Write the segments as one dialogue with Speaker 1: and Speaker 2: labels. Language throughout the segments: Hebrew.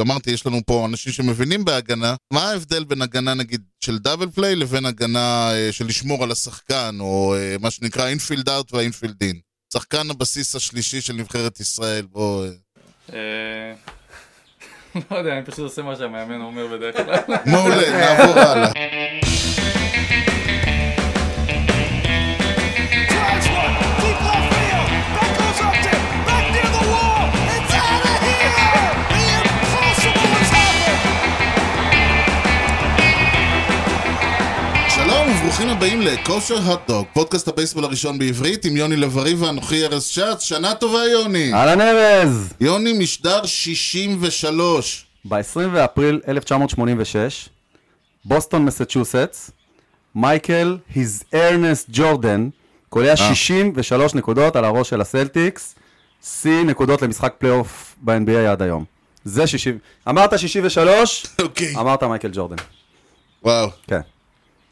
Speaker 1: אמרתי, יש לנו פה אנשים שמבינים בהגנה, מה ההבדל בין הגנה נגיד של דאבל פליי לבין הגנה אה, של לשמור על השחקן, או אה, מה שנקרא אינפילד אאוט והאינפילד אין? שחקן הבסיס השלישי של נבחרת ישראל, בוא... אה,
Speaker 2: אה, לא יודע, אני פשוט עושה מה שהמאמן אומר בדרך כלל.
Speaker 1: מעולה, נעבור הלאה.
Speaker 3: Drives one, deep left field. That goes up to, back near the wall. It's out of here. The impossible has happened.
Speaker 1: שלום וברוכים הבאים לכושר הוטדוג, פודקאסט הבייסבול הראשון בעברית עם יוני לב-ארי ואנוכי ארז שץ, שנה טובה יוני!
Speaker 4: אהלן ארז!
Speaker 1: יוני משדר 63.
Speaker 4: ב-20 באפריל 1986, בוסטון, מסצ'וסטס, מייקל, his earnest ג'ורדן,
Speaker 1: אה.
Speaker 4: קולע 63 נקודות על הראש של הסלטיקס, שיא נקודות למשחק פלייאוף ב-NBA עד היום. זה 60... אמרת 63,
Speaker 1: אוקיי.
Speaker 4: אמרת מייקל ג'ורדן.
Speaker 1: וואו.
Speaker 4: כן.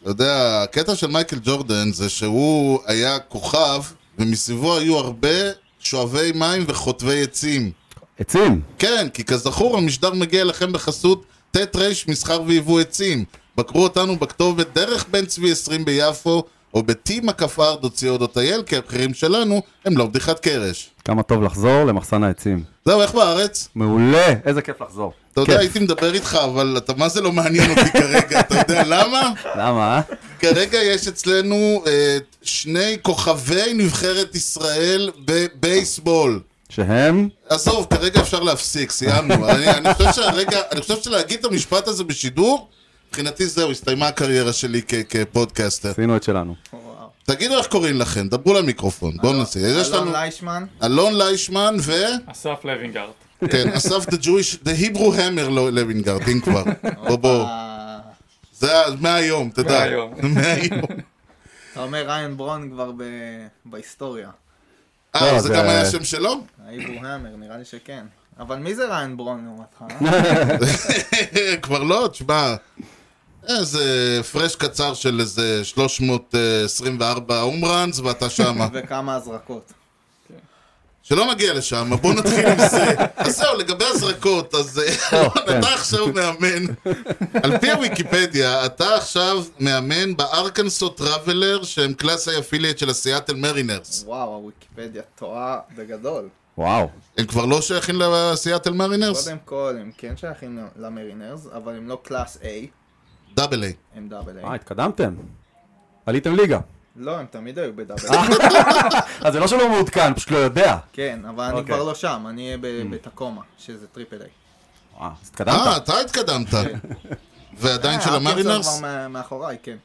Speaker 1: אתה יודע, הקטע של מייקל ג'ורדן זה שהוא היה כוכב, ומסביבו היו הרבה שואבי מים וחוטבי עצים.
Speaker 4: עצים!
Speaker 1: כן, כי כזכור המשדר מגיע לכם בחסות ט' ר' מסחר ויבוא עצים. בקרו אותנו בכתובת דרך בן צבי 20 ביפו, או ב-t.co.il, כי הבכירים שלנו הם לא בדיחת קרש.
Speaker 4: כמה טוב לחזור למחסן העצים.
Speaker 1: זהו, איך בארץ?
Speaker 4: מעולה! איזה כיף לחזור.
Speaker 1: אתה יודע,
Speaker 4: כיף.
Speaker 1: הייתי מדבר איתך, אבל אתה מה זה לא מעניין אותי כרגע, אתה יודע למה?
Speaker 4: למה? אה?
Speaker 1: כרגע יש אצלנו אה, שני כוכבי נבחרת ישראל בבייסבול.
Speaker 4: שהם...
Speaker 1: עזוב, כרגע אפשר להפסיק, סיימנו. אני, אני חושב שהרגע, אני חושב שלהגיד את המשפט הזה בשידור, מבחינתי זהו, הסתיימה הקריירה שלי כ- כפודקאסטר.
Speaker 4: עשינו את שלנו.
Speaker 5: וואו.
Speaker 1: תגידו איך קוראים לכם, דברו למיקרופון, בואו נעשה. יש לנו
Speaker 5: אלון ליישמן,
Speaker 1: אלון ליישמן ו...
Speaker 2: אסף לוינגארד.
Speaker 1: כן, אסף the Jewish, the Hebrew Hammer לא- לוינגרד, אם כבר. בוא בוא.
Speaker 5: אה,
Speaker 1: זה ה- מהיום, תדע.
Speaker 2: מהיום.
Speaker 1: מהיום.
Speaker 5: אתה אומר ריין ברון כבר ב- בהיסטוריה.
Speaker 1: אה,
Speaker 4: לא,
Speaker 1: זה
Speaker 4: זה-
Speaker 1: גם היה השם שלו?
Speaker 5: האיבו המר, נראה לי שכן. אבל מי זה ריין ברון לעומתך? אה?
Speaker 1: נכון. כבר לא, תשמע, איזה פרש קצר של איזה 324 הום ראנס ואתה שמה.
Speaker 5: וכמה הזרקות.
Speaker 1: שלא נגיע לשם, בוא נתחיל עם זה. אז זהו, לגבי הזרקות, אז אה,
Speaker 5: כן.
Speaker 1: אלון, אתה עכשיו מאמן, על פי הוויקיפדיה, אתה עכשיו מאמן בארקנסו טראבלר, שהם קלאס האי אפילייט של הסיאטל מרינרס.
Speaker 5: וואו, הוויקיפדיה טועה בגדול.
Speaker 4: וואו.
Speaker 1: הם כבר לא שייכים לסיאטל מרינרס?
Speaker 5: קודם כל, הם כן שייכים ל- למרינרס, אבל הם לא קלאס A,
Speaker 1: דאבל איי.
Speaker 5: הם דאבל A.
Speaker 4: אה, התקדמתם. עליתם ליגה.
Speaker 5: לא, הם תמיד היו בדאבל A.
Speaker 1: אה.
Speaker 4: אז זה לא שהוא לא מעודכן, פשוט לא יודע.
Speaker 5: כן, אבל אני
Speaker 4: אוקיי. Mm.
Speaker 5: כבר לא שם, אני אהיה ב- בתקומה, שזה טריפל איי.
Speaker 4: אה, אז
Speaker 1: אה,
Speaker 4: התקדמת.
Speaker 1: אתה התקדמת. ועדיין של המרינרס?
Speaker 5: אה, כבר מה- מאחוריי, כן.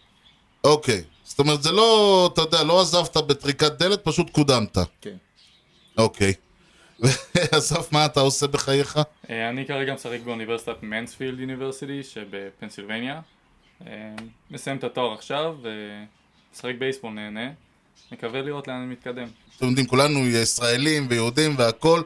Speaker 1: אוקיי. זאת אומרת, זה לא, אתה יודע, לא עזבת בטריקת דלת, פשוט קודמת.
Speaker 5: כן.
Speaker 1: אוקיי. אסף, מה אתה עושה בחייך?
Speaker 2: אה, אני כרגע משחק באוניברסיטת מנספילד יוניברסיטי שבפנסילבניה. אה, מסיים את התואר עכשיו, ומשחק בייסבול נהנה. מקווה לראות לאן אני מתקדם.
Speaker 1: אתם יודעים, כולנו ישראלים ויהודים והכול,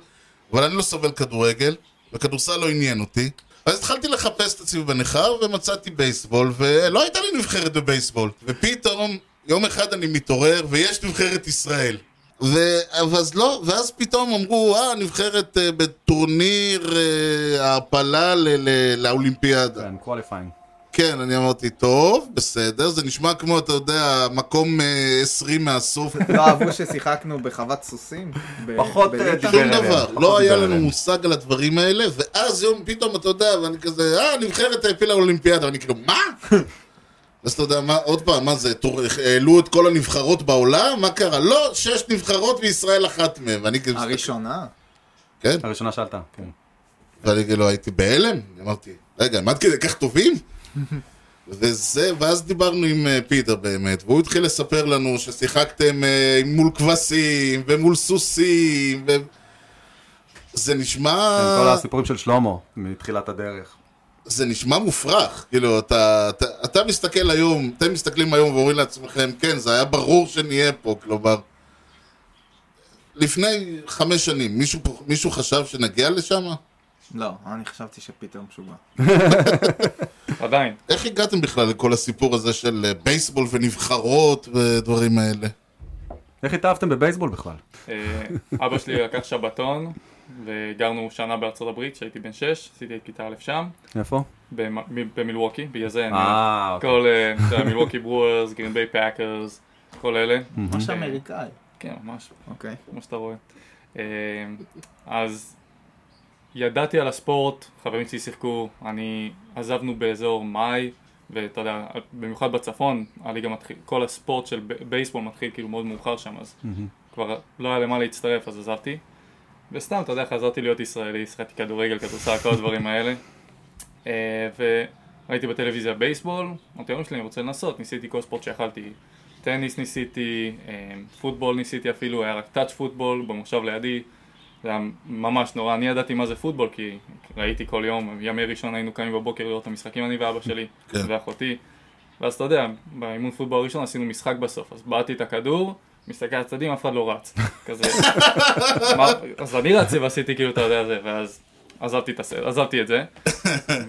Speaker 1: אבל אני לא סובל כדורגל, וכדורסל לא עניין אותי. אז התחלתי לחפש את עצמי בניכר, ומצאתי בייסבול, ולא הייתה לי נבחרת בבייסבול. ופתאום, יום אחד אני מתעורר, ויש נבחרת ישראל. ו... ואז לא, ואז פתאום אמרו, אה, נבחרת אה, בטורניר אה, העפלה ל... ל... לאולימפיאדה.
Speaker 4: כן, qualifying.
Speaker 1: כן, אני אמרתי, טוב, בסדר, זה נשמע כמו, אתה יודע, מקום אה, 20 מהסוף,
Speaker 5: לא אהבו ששיחקנו בחוות סוסים? ב-
Speaker 4: פחות,
Speaker 5: בליטא?
Speaker 4: אה, דיבר
Speaker 1: שום
Speaker 4: עליהם,
Speaker 1: דבר,
Speaker 4: פחות
Speaker 1: לא היה
Speaker 4: דיבר
Speaker 1: לנו
Speaker 4: עליהם.
Speaker 1: מושג על הדברים האלה, ואז יום פתאום, אתה יודע, ואני כזה, אה, נבחרת העפילה אולימפיאדה, ואני כאילו, מה? אז אתה יודע, מה, עוד פעם, מה זה, טור- העלו את כל הנבחרות בעולם? מה קרה? לא, שש נבחרות וישראל אחת מהן, ואני כאילו,
Speaker 5: הראשונה?
Speaker 1: כן,
Speaker 4: הראשונה שעלתה. כן.
Speaker 1: ואני כאילו הייתי בהלם, אמרתי, רגע, הם עד כדי כך טובים? וזה, ואז דיברנו עם אה, פיטר באמת, והוא התחיל לספר לנו ששיחקתם אה, מול כבשים, ומול סוסים, ו... זה נשמע...
Speaker 4: כן, כל הסיפורים של שלמה מתחילת הדרך.
Speaker 1: זה נשמע מופרך, כאילו, אתה, אתה, אתה מסתכל היום, אתם מסתכלים היום ואומרים לעצמכם, כן, זה היה ברור שנהיה פה, כלומר, לפני חמש שנים, מישהו, פה- מישהו חשב שנגיע לשם?
Speaker 5: לא, אני חשבתי שפיטר משוגע.
Speaker 2: עדיין.
Speaker 1: איך הגעתם בכלל לכל הסיפור הזה של אה, בייסבול ונבחרות ודברים האלה?
Speaker 4: איך התאהבתם בבייסבול בכלל?
Speaker 2: אה, אבא שלי לקח שבתון, וגרנו שנה בארצות הברית כשהייתי בן שש, עשיתי את כיתה א' שם,
Speaker 4: איפה?
Speaker 2: במ- מ- במילווקי, בגלל
Speaker 4: כן,
Speaker 2: זה אני... לא-
Speaker 6: אה, אוקיי.
Speaker 2: כל מילווקי ברוארס, גרין ביי פאקרס, כל אלה.
Speaker 5: ממש אמריקאי.
Speaker 2: כן, ממש,
Speaker 5: אוקיי.
Speaker 2: כמו שאתה רואה. אה, אז ידעתי על הספורט, חברים שלי שיחקו, אני עזבנו באזור מאי, ואתה יודע, במיוחד בצפון, הליגה מתחיל, כל הספורט של ב- בייסבול מתחיל כאילו מאוד מאוחר שם, אז כבר לא היה למה להצטרף, אז עזבתי. וסתם, אתה יודע, חזרתי להיות ישראלי, שחקתי כדורגל, כדורסל, כל הדברים האלה. אה, וראיתי בטלוויזיה בייסבול, אמרתי, "יום שלי, אני רוצה לנסות, ניסיתי כל ספורט שיכלתי, טניס ניסיתי, אה, פוטבול ניסיתי אפילו, היה רק טאץ' פוטבול במושב לידי, זה היה ממש נורא, אני ידעתי מה זה פוטבול כי ראיתי כל יום, ימי ראשון היינו קמים בבוקר לראות את המשחקים, אני ואבא שלי
Speaker 1: כן.
Speaker 2: ואחותי, ואז אתה יודע, באימון פוטבול הראשון עשינו משחק בסוף, אז בעטתי את הכדור, מסתכל לצדדים, אף אחד לא רץ, כזה, מה- אז אני רצתי ועשיתי כאילו, אתה יודע, זה, ואז עזבתי את הסרט, עזבתי את זה,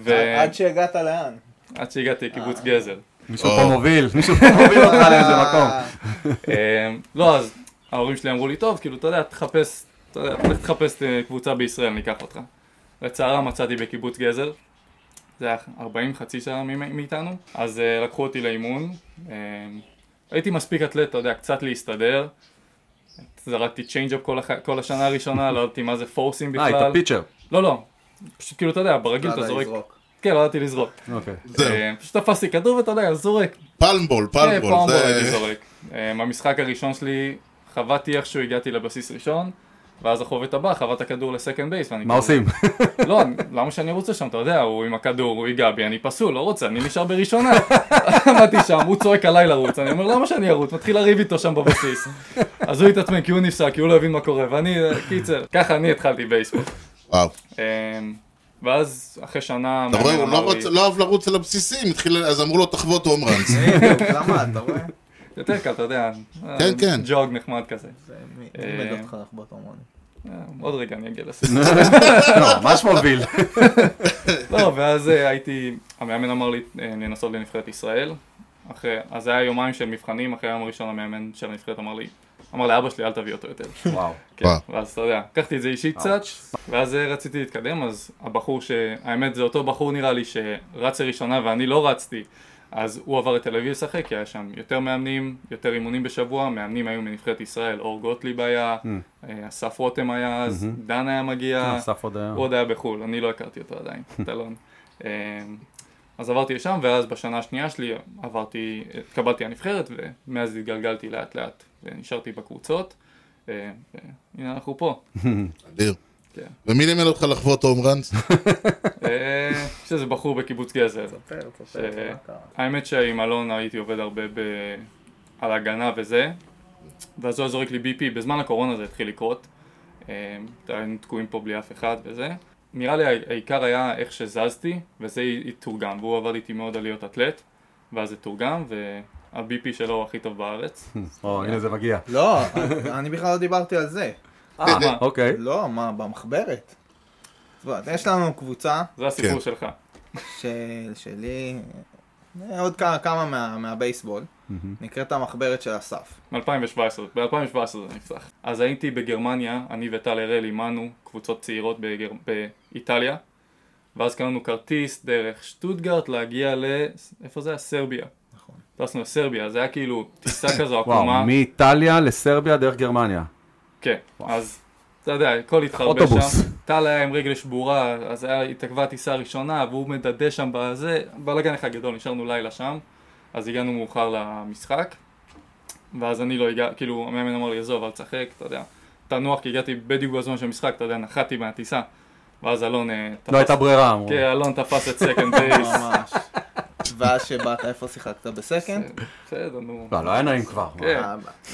Speaker 2: ו...
Speaker 5: עד שהגעת לאן?
Speaker 2: עד שהגעתי לקיבוץ גזר.
Speaker 4: מישהו
Speaker 1: או.
Speaker 4: פה מוביל, מישהו פה מוביל אותך לאיזה מקום.
Speaker 5: אה,
Speaker 2: אמ, לא, אז ההורים שלי אמרו לי, טוב, כאילו, אתה יודע, תחפש, אתה יודע, לך תחפש אה, קבוצה בישראל, אני אקח אותך. לצערם מצאתי בקיבוץ גזר, זה היה 40 חצי שעה ממ- מאיתנו, אז אה, לקחו אותי לאימון. אמ, הייתי מספיק אתלט, אתה יודע, קצת להסתדר. זרקתי צ'יינג'אפ כל, הח... כל השנה הראשונה, לא ידעתי מה זה פורסים
Speaker 4: אה,
Speaker 2: בכלל.
Speaker 4: היית פיצ'ר.
Speaker 2: לא, לא. פשוט כאילו, אתה יודע, ברגיל אתה
Speaker 5: יאללה,
Speaker 2: זורק.
Speaker 5: יזרוק.
Speaker 2: כן, לא ידעתי לזרוק.
Speaker 4: אוקיי.
Speaker 1: זהו,
Speaker 2: אמ, פשוט תפסתי כדור ואתה יודע, זורק.
Speaker 1: פלמבול,
Speaker 2: כן,
Speaker 1: פלמבול,
Speaker 2: פלמבול הייתי
Speaker 1: זה...
Speaker 2: זורק. אה, מהמשחק הראשון שלי, חבטתי איכשהו, הגעתי לבסיס ראשון, ואז החובט הבא חבט הכדור לסקנד בייס.
Speaker 4: מה עושים?
Speaker 2: כאילו, לא, אני- למה שאני רוצה שם? אתה יודע, הוא עם הכדור, הוא ייגע בי, אני פסול, לא רוצה, אני נשאר בראשונה. עמדתי שם, הוא צועק עליי לרוץ, אני אומר, למה שאני ארוץ? מתחיל לריב איתו שם בבסיס. אז הוא התעצבן כי הוא נפסק, כי הוא לא הבין מה קורה, ואני, אה, קיצר, ככה אני התחלתי בייסבול.
Speaker 1: וואו.
Speaker 2: אה, ואז אחרי שנה...
Speaker 1: אתה רואה,
Speaker 2: המאמן
Speaker 1: הוא לא
Speaker 2: אמר לי-
Speaker 1: רצ- לא אהב לרוץ על הבסיסים, התחיל- אז אמרו לו תחבוט הום ראנס.
Speaker 5: אה, בדיוק, למה, אתה רואה?
Speaker 2: יותר קל, אתה יודע. אה,
Speaker 1: כן, כן.
Speaker 2: ג'וג נחמד כזה.
Speaker 5: זה מי מי לימד אותך לחבוט הורמונים.
Speaker 2: אה, עוד רגע אני אגיע לסרט.
Speaker 4: לא, ממש מוביל.
Speaker 2: לא, ואז אה, הייתי, המאמן אמר לי אה, לנסות לנבחרת ישראל. אחרי, אז זה היה יומיים של מבחנים, אחרי היום הראשון המאמן של הנבחרת אמר לי, אמר לאבא שלי אל תביא אותו יותר.
Speaker 4: וואו.
Speaker 2: כן, ואז אתה יודע, לקחתי את זה אישית קצת, ואז אה, רציתי להתקדם, אז הבחור ש... האמת זה אותו בחור נראה לי שרץ לראשונה ואני לא רצתי, אז הוא עבר לתל אביב לשחק, כי היה שם יותר מאמנים, יותר אימונים בשבוע, מאמנים היו מנבחרת ישראל, אור גוטליב היה, אה, אסף רותם היה אז, דן היה מגיע,
Speaker 4: אסף עוד אה, היום.
Speaker 2: הוא עוד היה בחו"ל, אני לא הכרתי אותו עדיין, את אלון. אמ, אז עברתי לשם, ואז בשנה השנייה שלי עברתי, התקבלתי לנבחרת, ומאז התגלגלתי לאט לאט, ונשארתי בקבוצות, אמ, והנה אנחנו פה.
Speaker 1: אדיר.
Speaker 2: כן.
Speaker 1: ומי לימד אותך לחבוט הום ראנס?
Speaker 2: אה, יש איזה בחור בקיבוץ גזר.
Speaker 5: תספר,
Speaker 2: אה,
Speaker 5: תספר, מה קרה?
Speaker 2: האמת שעם אלון הייתי עובד הרבה ב... על הגנה וזה, ואז הוא היה זורק לי BP, בזמן הקורונה זה התחיל לקרות, אה, היינו תקועים פה בלי אף אחד וזה. נראה לי העיקר היה איך שזזתי, וזה תורגם, והוא עבד איתי מאוד על להיות אתלט, ואז זה תורגם, וה-BP שלו הכי טוב בארץ.
Speaker 4: או, הנה זה מגיע.
Speaker 5: לא, אני בכלל לא דיברתי על זה.
Speaker 2: מה?
Speaker 4: אוקיי.
Speaker 5: לא, מה, במחברת. זאת אומרת, יש לנו קבוצה
Speaker 2: זה הסיפור
Speaker 1: כן.
Speaker 2: שלך.
Speaker 5: של, שלי, אה, עוד כמה, כמה מה, מהבייסבול, נקראת המחברת של אסף.
Speaker 2: מ-2017, ב-2017 זה נפתח. אז הייתי בגרמניה, אני וטל הראל אימנו קבוצות צעירות בגר... באיטליה, ואז קנו כרטיס דרך שטוטגרט להגיע ל... איפה זה היה? סרביה.
Speaker 5: נכון.
Speaker 2: טסנו לסרביה, זה היה כאילו טיסה כזו עקומה.
Speaker 4: וואו, מאיטליה לסרביה דרך גרמניה.
Speaker 2: כן, אז אתה יודע, הכל התחרבש
Speaker 4: אוטובוס.
Speaker 2: שם. טל היה עם רגל שבורה, אז היה- התעכבה הטיסה הראשונה, והוא מדדה שם בזה, בלאגן אחד גדול, נשארנו לילה שם, אז הגענו מאוחר למשחק, ואז אני לא הגע, כאילו, המאמן אמר לי, עזוב, אל תשחק, אתה יודע, תנוח, כי הגעתי בדיוק בזמן של המשחק, אתה יודע, נחתי מהטיסה, ואז אלון אה, תפס,
Speaker 4: לא הייתה ברירה, אמרו.
Speaker 2: כן, אלון תפס את סקנד בייס,
Speaker 5: ממש. ואז שבאת, איפה שיחקת? בסקנד?
Speaker 2: כן, בסדר, נו.
Speaker 4: לא, לא היה נעים כבר.
Speaker 2: כן.
Speaker 5: אה,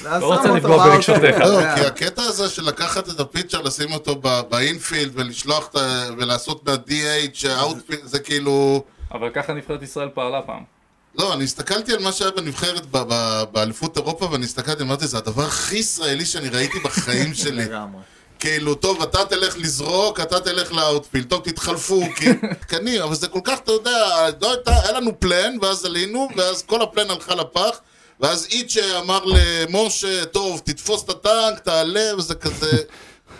Speaker 2: לא
Speaker 5: כן. שם
Speaker 2: רוצה
Speaker 5: אותו,
Speaker 2: לפגוע
Speaker 5: מה
Speaker 2: ברגשותיך.
Speaker 5: אתה
Speaker 1: לא,
Speaker 5: יודע.
Speaker 1: כי הקטע הזה של לקחת את הפיצ'ר, לשים אותו ב- באינפילד ולשלוח את ה... ולעשות מה-DH, האוטפילד, זה כאילו...
Speaker 2: אבל ככה נבחרת ישראל פעלה פעם.
Speaker 1: לא, אני הסתכלתי על מה שהיה בנבחרת ב- ב- באליפות אירופה, ואני הסתכלתי, אמרתי, זה הדבר הכי ישראלי שאני ראיתי בחיים שלי.
Speaker 5: לגמרי.
Speaker 1: כאילו, טוב, אתה תלך לזרוק, אתה תלך לאוטפילד, טוב, תתחלפו, כי... תקנים, אבל זה כל כך, אתה יודע, לא הייתה, היה לנו פלן, ואז עלינו, ואז כל הפלן הלכה לפח, ואז איצ'ה אמר למשה, טוב, תתפוס את הטנק, תעלה, וזה כזה...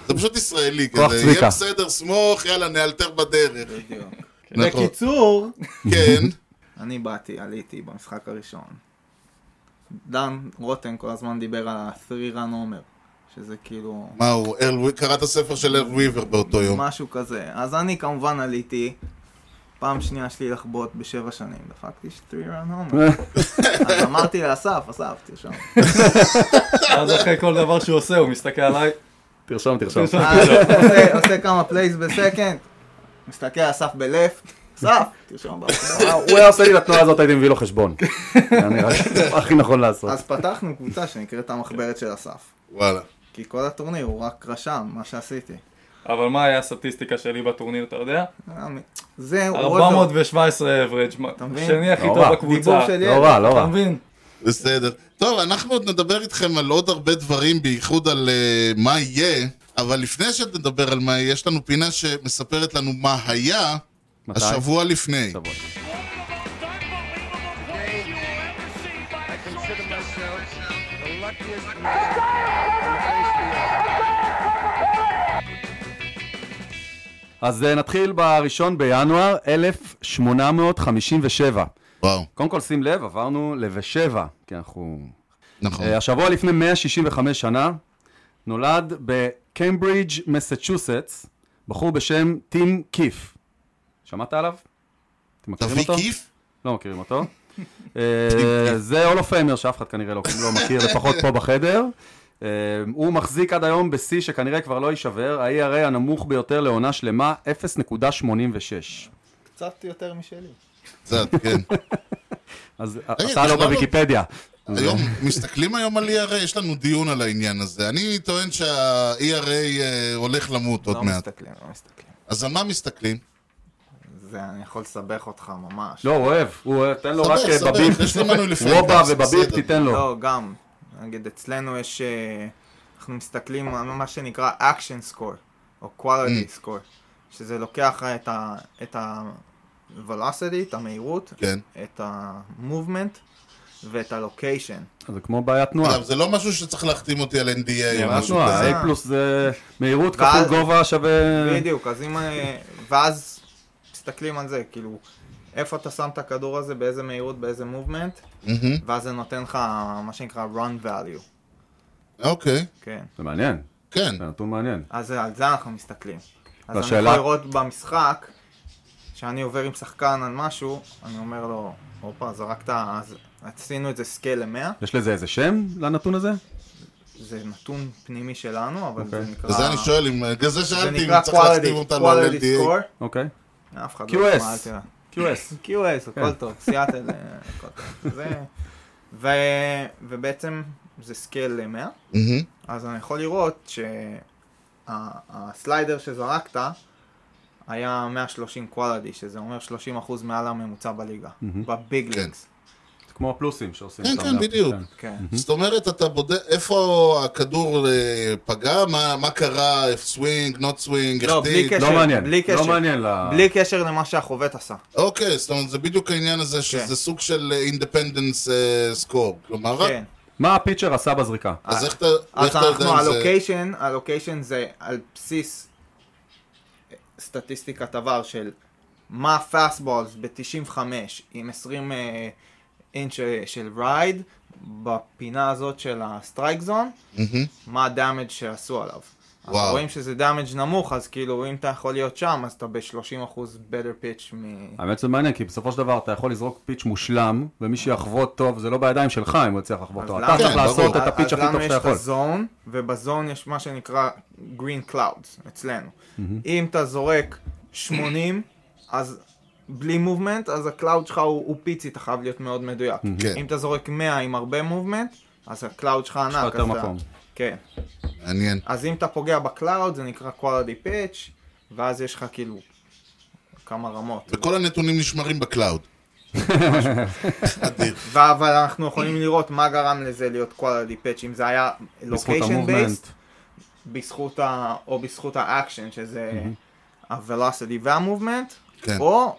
Speaker 1: זה פשוט ישראלי
Speaker 4: כוח
Speaker 1: כזה,
Speaker 4: צביקה.
Speaker 1: יהיה בסדר, סמוך, יאללה, נאלתר בדרך.
Speaker 5: בדיוק.
Speaker 1: נכון.
Speaker 5: בקיצור,
Speaker 1: כן,
Speaker 5: אני באתי, עליתי במשחק הראשון. דן רותם כל הזמן דיבר על ה-3 run homer, שזה כאילו
Speaker 1: מה הוא, ארל ווי- קרא את הספר של ארל וויבר באותו לא יום.
Speaker 5: משהו כזה. אז אני כמובן עליתי, פעם שנייה שלי לחבוט בשבע שנים, דפקתי 3 run homer. אז אמרתי לאסף, אסף, תרשום.
Speaker 2: אז אחרי כל דבר שהוא עושה, הוא מסתכל עליי.
Speaker 4: תרשום, תרשום.
Speaker 2: לא.
Speaker 5: אז עושה- עושה כמה פלייס בסקנד, מסתכל על אסף בלפט, אסף, תרשום. בעבודה.
Speaker 4: הוא היה עושה לי לתנועה הזאת, הייתי מביא לו חשבון. זה נראה לי הכי נכון לעשות.
Speaker 5: אז פתחנו קבוצה שנקראת המחברת של אסף.
Speaker 1: וואלה.
Speaker 5: כי כל הטורניר הוא רק רשם, מה שעשיתי.
Speaker 2: אבל מה היה הסטטיסטיקה שלי בטורניר, אתה יודע?
Speaker 5: אה, זה עוד לא.
Speaker 2: 417 average, מה-
Speaker 5: אתה מבין?
Speaker 2: שני הכי
Speaker 4: לא
Speaker 2: טוב
Speaker 4: רע.
Speaker 2: בקבוצה.
Speaker 5: דיבור שלי.
Speaker 4: לא רע, לא
Speaker 2: אתה
Speaker 4: רע.
Speaker 2: מבין?
Speaker 1: בסדר. טוב, אנחנו עוד נדבר איתכם על עוד הרבה דברים, בייחוד על uh, מה יהיה, אבל לפני שנדבר על מה יהיה, יש לנו פינה שמספרת לנו מה היה
Speaker 4: מתי?
Speaker 1: השבוע לפני.
Speaker 4: שבוע.
Speaker 6: I consider myself the luckiest man.
Speaker 4: אז אה, נתחיל בראשון בינואר 1857.
Speaker 1: וואו,
Speaker 4: קודם כל שים לב, עברנו לבשבע, כי אנחנו...
Speaker 1: נכון.
Speaker 4: אה, השבוע לפני 165 שנה נולד בקיימברידג' מסצ'וסטס בחור בשם טים קיף. שמעת עליו? אתם מכירים
Speaker 1: תביא
Speaker 4: אותו?
Speaker 1: כיף?
Speaker 4: לא מכירים אותו. אה, זה הולו פיימר שאף אחד כנראה לא לא מכיר, לפחות פה בחדר. אה, הוא מחזיק עד היום בשיא שכנראה כבר לא יישבר, ה-ERA הנמוך ביותר לעונה שלמה, 0.86.
Speaker 5: קצת יותר משלי.
Speaker 1: קצת, כן.
Speaker 4: אז
Speaker 1: תגיד,
Speaker 4: אתה לא
Speaker 1: בכלל לא-
Speaker 4: בוויקיפדיה.
Speaker 1: היום,
Speaker 4: לא.
Speaker 1: מסתכלים היום על ERA, יש לנו דיון על העניין הזה. אני טוען שה-ERA אה, הולך למות עוד
Speaker 5: לא
Speaker 1: מעט.
Speaker 5: מסתכלים, לא מסתכלים.
Speaker 1: אז על מה מסתכלים?
Speaker 5: זה, אני יכול לסבך אותך ממש.
Speaker 4: לא, הוא אוהב, הוא אוהב, תן לו
Speaker 1: סבבה,
Speaker 4: רק אה,
Speaker 1: סבבה,
Speaker 4: בביפ,
Speaker 1: יש לו מנוי לפרנק,
Speaker 4: רובה
Speaker 1: זה
Speaker 4: ובביפ
Speaker 1: בסדר.
Speaker 4: תיתן לו.
Speaker 5: לא, גם. נגיד, אצלנו יש... אה, אנחנו מסתכלים על מה שנקרא action score, או
Speaker 1: Mm.
Speaker 5: quality score, שזה לוקח את ה... את ה... velocity, את המהירות,
Speaker 1: כן.
Speaker 5: את ה-movement ואת ה-location.
Speaker 4: זה כמו בעיית תנועה.
Speaker 1: אגב, זה לא משהו שצריך להחתים אותי על NDA או
Speaker 4: בעיית
Speaker 1: משהו
Speaker 4: תנועה,
Speaker 1: כזה.
Speaker 5: כזה.
Speaker 4: אה, A פלוס זה מהירות כפול
Speaker 5: ואז-
Speaker 4: גובה שווה...
Speaker 5: בדיוק, אז אם... אה, ואז מסתכלים על זה, כאילו, איפה אתה שם את הכדור הזה, באיזה מהירות, באיזה מובמנט,
Speaker 1: מהמם.
Speaker 5: ואז זה נותן לך מה שנקרא run value,
Speaker 1: אוקיי,
Speaker 5: כן.
Speaker 4: זה מעניין,
Speaker 1: כן.
Speaker 4: זה נתון מעניין.
Speaker 5: אז על זה אנחנו מסתכלים. אז
Speaker 4: והשאלה-
Speaker 5: אני יכול לראות במשחק, כשאני עובר עם שחקן על משהו, אני אומר לו, הופה, זרקת, אז עשינו את זה סקייל ל-100,
Speaker 4: יש לזה איזה שם לנתון הזה?
Speaker 5: זה נתון פנימי שלנו, אבל זה
Speaker 4: אוקיי.
Speaker 5: נקרא...
Speaker 1: וזה אני שואל, אם- בגלל זה
Speaker 5: זה
Speaker 1: שאלתי אם
Speaker 5: נקרא
Speaker 1: צריך להחתים
Speaker 5: quality,
Speaker 1: אותנו על
Speaker 5: quality
Speaker 1: NDA.
Speaker 5: score,
Speaker 4: אוקיי.
Speaker 5: אף אחד
Speaker 4: QS.
Speaker 5: לא ישמע, אל תראה.
Speaker 4: QS.
Speaker 5: QS,
Speaker 4: כן.
Speaker 5: הכל טוב, סיאטל, אה, הכל טוב. זה- ו- ובעצם זה סקייל ל-100,
Speaker 1: מהמם.
Speaker 5: אז אני יכול לראות שהסליידר שזרקת היה 130 quality, שזה אומר 30% מעל הממוצע בליגה, בביג
Speaker 1: כן.
Speaker 5: ליגס.
Speaker 4: זה כמו הפלוסים שעושים.
Speaker 1: כן,
Speaker 4: אותם
Speaker 1: כן,
Speaker 4: גם.
Speaker 1: בדיוק.
Speaker 5: כן.
Speaker 1: זאת אומרת, אתה בודק איפה הכדור אה, פגע, מה מה קרה, איך סווינג, נוט סווינג,
Speaker 5: לא, בלי
Speaker 1: החטיא.
Speaker 5: קשר.
Speaker 4: לא מעניין,
Speaker 5: בלי
Speaker 4: לא
Speaker 5: קשר.
Speaker 4: מעניין ל...
Speaker 5: בלי קשר למה שהחובט עשה.
Speaker 1: אוקיי, זאת אומרת, זה בדיוק העניין הזה,
Speaker 5: כן.
Speaker 1: שזה סוג של אה, אינדפנדנס סקור. כלומר, רק-
Speaker 5: כן.
Speaker 4: מה הפיצ'ר עשה בזריקה?
Speaker 1: אז
Speaker 5: אה,
Speaker 1: איך אתה איך
Speaker 5: אז
Speaker 1: אתה יודע
Speaker 5: אנחנו,
Speaker 1: אם זה...
Speaker 5: הלוקיישן, הלוקיישן זה על בסיס סטטיסטיקת עבר של מה הפאסטבולס ב-95 עם 20 אה, אינץ' אה, של רייד בפינה הזאת של הסטרייק זון,
Speaker 1: מהמם.
Speaker 5: מה הדאמג' שעשו עליו.
Speaker 1: וואו.
Speaker 5: אנחנו רואים שזה דאמג' נמוך, אז כאילו אם אתה יכול להיות שם, אז אתה ב-30% better pitch מ...
Speaker 4: האמת שזה מעניין, כי בסופו של דבר אתה יכול לזרוק פיץ' מושלם, ומי שיחבוט טוב זה לא בידיים שלך אם הוא יצליח לחבוט
Speaker 5: אז
Speaker 4: טוב.
Speaker 5: למה-
Speaker 4: אתה צריך
Speaker 1: כן, ברור.
Speaker 4: לעשות את הפיץ'
Speaker 5: אז
Speaker 4: הכי טוב
Speaker 5: לנו יש
Speaker 4: שאתה
Speaker 5: את
Speaker 4: יכול.
Speaker 5: הזון, ובזון יש מה שנקרא green clouds אצלנו. אם אתה זורק 80, אז בלי מובמנט, אז הקלאוד שלך הוא הוא פיצי, אתה חייב להיות מאוד מדויק.
Speaker 1: כן.
Speaker 5: אם אתה זורק 100 עם הרבה מובמנט, אז הקלאוד שלך ענק.
Speaker 4: יותר
Speaker 5: אז אתה-
Speaker 4: מקום.
Speaker 5: כן.
Speaker 1: מעניין.
Speaker 5: אז אם אתה פוגע בקלאוד, זה נקרא quality pitch, ואז יש לך כאילו כמה רמות.
Speaker 1: וכל הנתונים נשמרים בקלאוד. אדיר.
Speaker 5: ו- אבל אנחנו יכולים לראות מה גרם לזה להיות quality pitch, אם זה היה
Speaker 4: בזכות
Speaker 5: location based,
Speaker 4: המובמנט.
Speaker 5: בזכות ה... או בזכות האקשן, שזה ה-velocity וה-movement,
Speaker 1: Mm-hmm. כן.
Speaker 5: או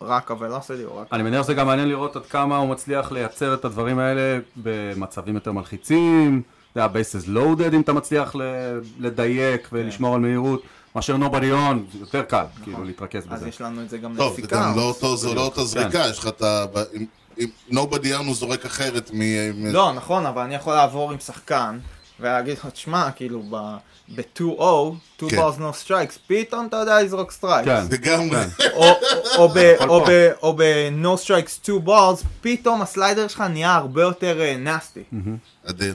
Speaker 5: רק ה-velocity או רק...
Speaker 4: אני מניח שזה גם מעניין לראות עד כמה הוא מצליח לייצר את הדברים האלה במצבים יותר מלחיצים, זה הבייס is loaded אם אתה מצליח ל- לדייק ולשמור על מהירות, מאשר nobody on, יותר קל,
Speaker 1: נכון.
Speaker 4: כאילו, להתרכז
Speaker 5: אז
Speaker 4: בזה.
Speaker 5: יש לנו את זה גם
Speaker 1: טוב, זה
Speaker 5: לדפיקה.
Speaker 1: גם לא אותו, זו לא אותו זריקה,
Speaker 5: כן.
Speaker 1: יש לך את ה... אם- אם nobody on הוא זורק אחרת מ... מ-
Speaker 5: לא, נכון, אבל אני יכול לעבור עם שחקן ולהגיד לך, תשמע, כאילו, ב- ב-2-0, 2
Speaker 1: כן.
Speaker 5: balls no strikes, פתאום אתה יודע לזרוק strikes.
Speaker 4: כן.
Speaker 1: לגמרי.
Speaker 5: או- או ב- או ב- או ב-no strikes 2 balls, פתאום הסליידר שלך נהיה הרבה יותר אה, nasty.
Speaker 1: Mm-hmm. אדיר.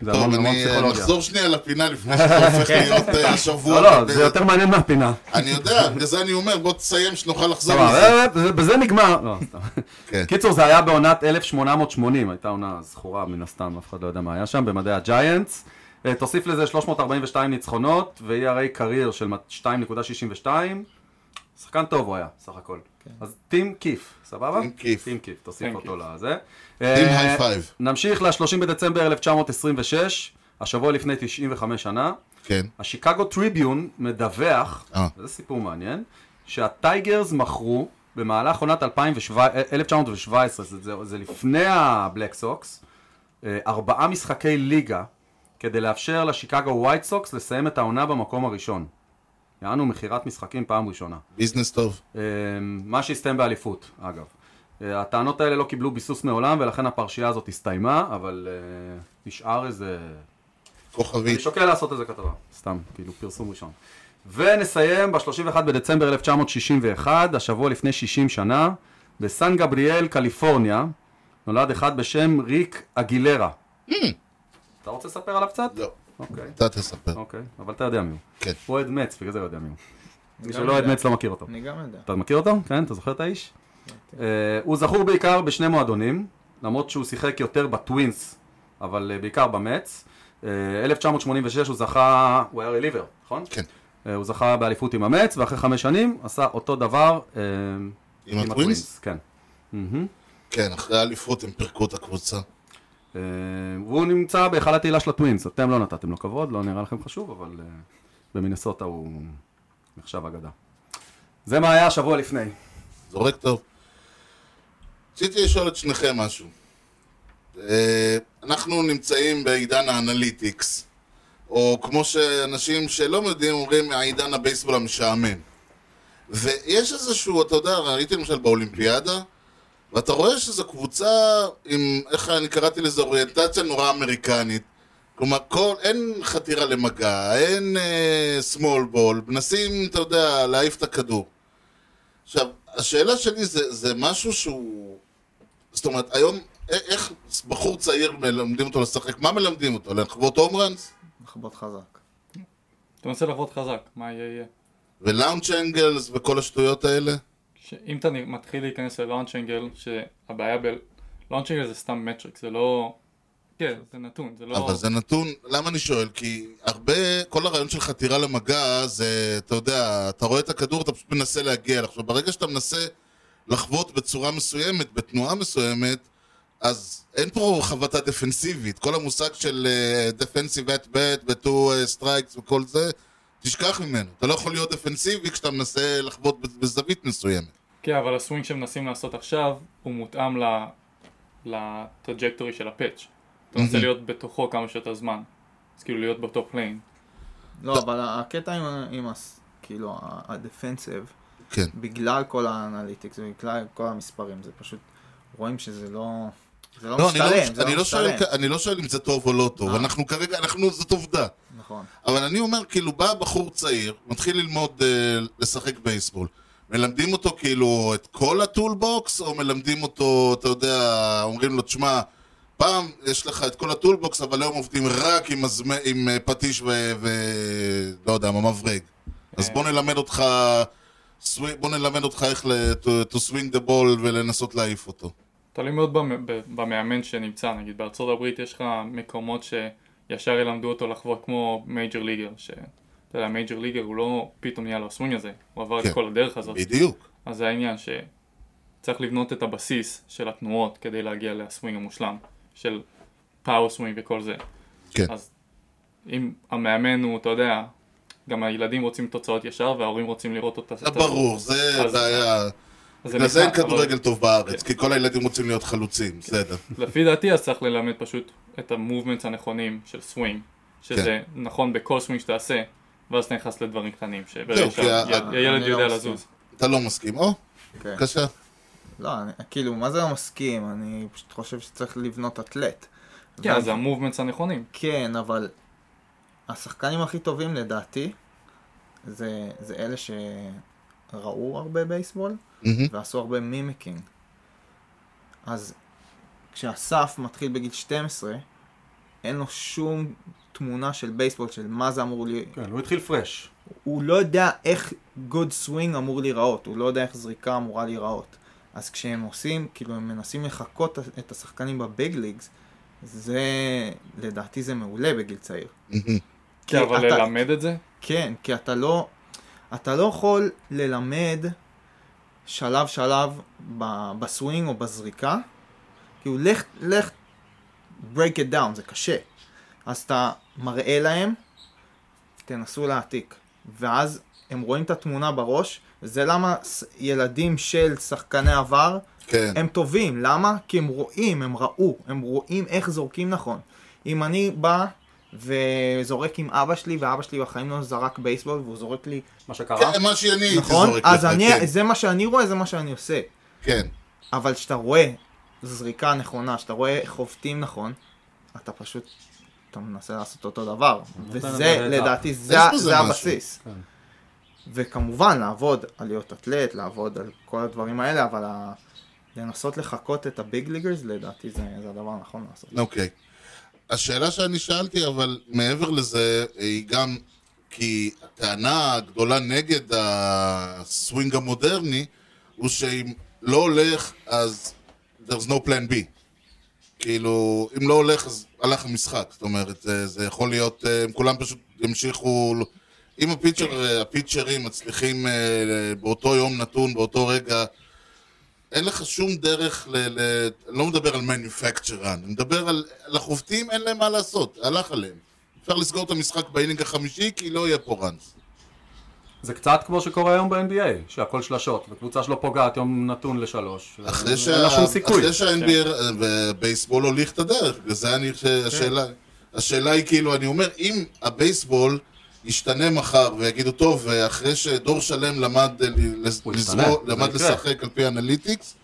Speaker 4: זה
Speaker 1: טוב,
Speaker 4: המון המון
Speaker 1: אני אה,
Speaker 4: פסיכולוגיה.
Speaker 1: נחזור שנייה לפינה לפני שזה הופך להיות אה, השבוע.
Speaker 4: לא, לא, זה יותר מעניין מהפינה.
Speaker 1: אני יודע, בגלל זה אני אומר, בוא תסיים שנוכל לחזור
Speaker 4: סבבה,
Speaker 1: לזה.
Speaker 4: אה, אה, בזה נגמר. לא, סתם.
Speaker 1: כן.
Speaker 4: קיצור, זה היה בעונת 1880, הייתה עונה זכורה מן הסתם, אף אחד לא יודע מה היה שם, במדעי הג'יינטס. אה, תוסיף לזה 342 ניצחונות, ו-ERA קרייר של 2.62. שחקן טוב הוא היה, סך הכל. אז טים כיף, סבבה?
Speaker 1: כן. טים כיף.
Speaker 4: טים כיף, תוסיף
Speaker 2: טים
Speaker 4: אותו
Speaker 2: כיף.
Speaker 4: לזה.
Speaker 1: עם
Speaker 4: אה,
Speaker 1: היי פייב.
Speaker 4: נמשיך ל-30 בדצמבר 1926, השבוע לפני 95 שנה.
Speaker 1: כן.
Speaker 4: השיקגו טריביון מדווח,
Speaker 1: אה.
Speaker 4: זה סיפור מעניין, שהטייגרס מכרו במהלך עונת 2017 1917, זה, זה, זה לפני הבלק סוקס, אה, ארבעה משחקי ליגה כדי לאפשר לשיקגו ווייט סוקס לסיים את העונה במקום הראשון. יענו מכירת משחקים פעם ראשונה.
Speaker 1: ביזנס טוב.
Speaker 4: אה, מה שהסתיים באליפות, אגב. אה, הטענות האלה לא קיבלו ביסוס מעולם ולכן הפרשייה הזאת הסתיימה, אבל אה, נשאר איזה
Speaker 1: כוכבית.
Speaker 4: אני שוקל לעשות איזה כתבה. סתם, כאילו, פרסום ראשון. ונסיים ב-31 בדצמבר 1961, השבוע לפני 60 שנה, בסן גבריאל, קליפורניה, נולד אחד בשם ריק אגילרה.
Speaker 5: Mm.
Speaker 4: אתה רוצה לספר עליו קצת?
Speaker 1: לא,
Speaker 4: אוקיי,
Speaker 1: אתה תספר.
Speaker 4: אוקיי, אבל אתה יודע מי הוא.
Speaker 1: כן.
Speaker 4: הוא אוהד מצ, בגלל זה הוא יודע מי הוא. מי
Speaker 5: גם
Speaker 4: שלא אוהד
Speaker 5: יודע.
Speaker 4: מצ לא מכיר אותו.
Speaker 5: אני גם יודע.
Speaker 4: אתה מכיר אותו? כן? אתה זוכר את האיש?
Speaker 1: כן.
Speaker 4: אה, הוא זכור בעיקר בשני מועדונים, למרות שהוא שיחק יותר בטווינס, אבל אה, בעיקר במץ. אה, 1986 הוא זכה, הוא היה רליבר, נכון?
Speaker 1: כן.
Speaker 4: אה, הוא זכה באליפות עם המץ, ואחרי חמש שנים עשה אותו דבר אה,
Speaker 1: עם הטווינס?
Speaker 4: כן.
Speaker 1: כן, אחרי האליפות הם פירקו את הקבוצה.
Speaker 4: אה, והוא נמצא בהיכל התהילה של הטווינס, אתם לא נתתם לו כבוד, לא נראה לכם חשוב, אבל אה, במינסוטה הוא נחשב אגדה. זה מה היה השבוע לפני.
Speaker 1: זורק טוב. רציתי לשאול את שניכם משהו. אה, אנחנו נמצאים בעידן האנליטיקס, או כמו שאנשים שלא יודעים אומרים, העידן הבייסבול המשעמם. ויש איזשהו, אתה יודע, ראיתי למשל באולימפיאדה, ואתה רואה שזו קבוצה עם, איך אני קראתי לזה, אוריינטציה נורא אמריקנית. כלומר, כל, אין חתירה למגע, אין אה, small ball, מנסים, אתה יודע, להעיף את הכדור. עכשיו, השאלה שלי זה, זה משהו שהוא... זאת אומרת, היום, א- איך בחור צעיר מלמדים אותו לשחק? מה מלמדים אותו? לחוות הום ראנס?
Speaker 5: לכבות חזק.
Speaker 2: אתה מנסה לעבוד חזק, מה יהיה יהיה.
Speaker 1: ולאונג' אנגלס וכל השטויות האלה?
Speaker 2: שאם אתה מתחיל להיכנס ללאונצ' אנגל, שהבעיה ב... לאונצ' אנגל זה סתם מטריק, זה לא... כן, זה נתון, זה לא...
Speaker 1: אבל זה נתון, למה אני שואל? כי הרבה, כל הרעיון של חתירה למגע זה, אתה יודע, אתה רואה את הכדור, אתה פשוט מנסה להגיע אליו. עכשיו, ברגע שאתה מנסה לחבוט בצורה מסוימת, בתנועה מסוימת, אז אין פה חבטה דפנסיבית. כל המושג של אה, דפנסיב את בט וטו סטרייקס אה, וכל זה, תשכח ממנו. אתה לא יכול להיות דפנסיבי כשאתה מנסה לחבוט בז- בזווית מסוימת.
Speaker 2: כן, אבל הסווינג שמנסים לעשות עכשיו, הוא מותאם ל- לטראג'קטורי של הפאץ'. אתה רוצה להיות בתוכו כמה שיותר זמן. אז כאילו להיות באותו פליין.
Speaker 5: לא, אבל הקטע עם ה- עם הס... כאילו, הדפנסיב,
Speaker 1: כן.
Speaker 5: בגלל כל האנליטיקס ובגלל כל המספרים, זה פשוט, רואים שזה לא... זה לא
Speaker 1: לא, אני לא-
Speaker 5: משתלם, זה
Speaker 1: אני
Speaker 5: לא
Speaker 1: לא שואל
Speaker 5: משתלם.
Speaker 1: כ- אני לא שואל אם זה טוב או לא טוב.
Speaker 5: אה.
Speaker 1: אנחנו כרגע, אנחנו, זאת עובדה.
Speaker 5: נכון.
Speaker 1: אבל אני אומר, כאילו, בא בחור צעיר, מתחיל ללמוד אה, לשחק בייסבול. מלמדים אותו כאילו את כל הטולבוקס, או מלמדים אותו, אתה יודע, אומרים לו, תשמע, פעם יש לך את כל הטולבוקס, אבל היום עובדים רק עם, הזמ... עם אה, פטיש ו... ו... לא יודע, עם המברג. אז
Speaker 2: כן.
Speaker 1: בוא נלמד אותך, סווי- בוא נלמד אותך איך ל... to- to swing the ball ולנסות להעיף אותו.
Speaker 2: תלוי מאוד במ- ב- במאמן שנמצא, נגיד בארצות הברית יש לך מקומות שישר ילמדו אותו לחוות כמו מייג'ר ליגר, שאתה יודע, מייג'ר ליגר הוא לא פתאום נהיה לו הסווינג הזה, הוא עבר
Speaker 1: כן.
Speaker 2: את כל הדרך הזאת,
Speaker 1: בדיוק.
Speaker 2: אז זה העניין שצריך לבנות את הבסיס של התנועות כדי להגיע להסווינג המושלם, של פאוור סווינג וכל זה.
Speaker 1: כן.
Speaker 2: אז אם המאמן הוא, אתה יודע, גם הילדים רוצים תוצאות ישר וההורים רוצים לראות אותה.
Speaker 1: זה ברור, זה
Speaker 2: אז-
Speaker 1: בעיה.
Speaker 2: זה
Speaker 1: בגלל זה אין
Speaker 2: נכנס, אבל כן.
Speaker 1: כדורגל טוב בארץ, כי כל הילדים רוצים להיות חלוצים, בסדר.
Speaker 2: לפי דעתי אז צריך ללמד פשוט את המובמנטס הנכונים של סווינג, שזה
Speaker 4: כן.
Speaker 2: נכון בכל סווינג שתעשה, ואז אתה נכנס לדברים קטנים, שברגע
Speaker 1: זהו, כי ה-
Speaker 2: שהילד
Speaker 5: אני לא
Speaker 2: יודע
Speaker 5: מסכים.
Speaker 2: לזוז.
Speaker 1: אתה לא מסכים, או?
Speaker 5: כן.
Speaker 1: בבקשה.
Speaker 5: לא, אני, כאילו, מה זה לא מסכים? אני פשוט חושב שצריך לבנות אתלט.
Speaker 2: כן, אז זה המובמנטס הנכונים.
Speaker 5: כן, אבל השחקנים הכי טובים לדעתי, זה, זה אלה שראו הרבה בייסבול,
Speaker 1: מהמם.
Speaker 5: ועשו הרבה מימיקינג. אז כשאסף מתחיל בגיל 12, אין לו שום תמונה של בייסבול, של מה זה אמור להיות.
Speaker 4: כן, הוא התחיל פרש.
Speaker 5: הוא לא יודע איך גוד סווינג אמור להיראות, הוא לא יודע איך זריקה אמורה להיראות. אז כשהם עושים, כאילו הם מנסים לחקות את השחקנים בביג ליגס, זה, לדעתי זה מעולה בגיל צעיר.
Speaker 1: מהמם.
Speaker 2: כן, אבל
Speaker 5: אתה-
Speaker 2: ללמד את זה?
Speaker 5: כן, כי אתה לא, אתה לא יכול ללמד שלב שלב ב, בסווינג או בזריקה. כאילו לך, לך, break it down, זה קשה. אז אתה מראה להם, תנסו להעתיק. ואז הם רואים את התמונה בראש, זה למה ס- ילדים של שחקני עבר
Speaker 1: כן.
Speaker 5: הם טובים, למה? כי הם רואים, הם ראו, הם רואים איך זורקים נכון. אם אני בא וזורק עם אבא שלי, ואבא שלי בחיים לא זרק בייסבול, והוא זורק לי,
Speaker 4: מה שקרה.
Speaker 1: כן, מה שאני הייתי
Speaker 5: לא- נכון?
Speaker 1: זורק
Speaker 5: אז
Speaker 1: לך,
Speaker 5: אני,
Speaker 1: כן,
Speaker 5: זה מה שאני רואה, זה מה שאני עושה.
Speaker 1: כן.
Speaker 5: אבל כשאתה רואה זריקה נכונה, כשאתה רואה חובטים נכון, אתה פשוט, אתה מנסה לעשות אותו דבר. וזה,
Speaker 4: להם את ה-
Speaker 5: לדעתי, זה,
Speaker 1: יש בזה
Speaker 5: זה
Speaker 1: משהו, כן.
Speaker 5: הבסיס. וכמובן, לעבוד על להיות אתלט, לעבוד על כל הדברים האלה, אבל ה... לנסות לחקות את הביג ליגרס, לדעתי זה, זה הדבר הנכון לעשות.
Speaker 1: אוקיי. השאלה שאני שאלתי, אבל מעבר לזה, היא גם כי הטענה הגדולה נגד הסווינג המודרני, הוא שאם לא הולך, אז there's no plan B. כאילו, אם לא הולך, אז הלך המשחק. זאת אומרת, זה, זה יכול להיות, אה, הם כולם פשוט ימשיכו... אם הפיצ'ר, אה, הפיצ'רים מצליחים אה, באותו יום נתון, באותו רגע, אין לך שום דרך ל... ל... לא מדבר על manufacture run, אני מדבר על... לחובטים אין להם מה לעשות, הלך עליהם. אפשר לסגור את המשחק באינינג החמישי, כי לא יהיה פה ראנס.
Speaker 4: זה קצת כמו שקורה היום ב-NBA, שהכל שלשות, וקבוצה שלא פוגעת יום נתון לשלוש.
Speaker 1: אחרי
Speaker 4: אין לה שום סיכוי. כן.
Speaker 1: שה-NBA ובייסבול הוליך את הדרך, בגלל זה אני... ש- השאלה... השאלה היא כאילו, אני אומר, אם הבייסבול ישתנה מחר ויגידו, טוב, אחרי שדור שלם למד אה, ל- לז-
Speaker 4: הוא ישתנה,
Speaker 1: לזרוע,
Speaker 4: זה
Speaker 1: למד
Speaker 4: יקרה.
Speaker 1: לשחק על פי אנליטיקס,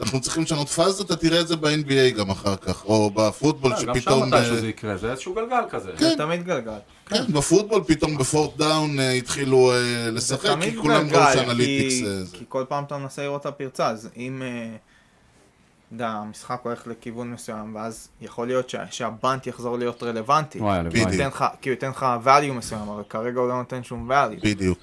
Speaker 1: אנחנו צריכים לשנות פאזה, אתה תראה את זה ב-NBA גם אחר כך, או בפוטבול
Speaker 4: כן,
Speaker 1: שפתאום... כן.
Speaker 4: גם שם מתישהו
Speaker 1: אה,
Speaker 4: זה יקרה, זה איזשהו גלגל כזה.
Speaker 5: זה תמיד גלגל.
Speaker 1: כן, בפוטבול פתאום בפורט דאון אה, התחילו אה,
Speaker 5: זה
Speaker 1: לשחק,
Speaker 5: תמיד
Speaker 1: כי כולם ראו
Speaker 5: גלגל,
Speaker 1: שאנליטיקס
Speaker 5: כי-
Speaker 1: אה, זה.
Speaker 5: כי כל פעם אתה מנסה לראות את הפרצה, אז אם... אה, אתה יודע, המשחק הולך לכיוון מסוים, ואז יכול להיות שה- שהבנט יחזור להיות רלוונטי.
Speaker 4: וואי,
Speaker 1: בדיוק.
Speaker 4: הלוואי.
Speaker 5: ייתן לך, כי הוא ייתן לך value מסוים, אבל כרגע הוא לא נותן שום value.
Speaker 1: בדיוק.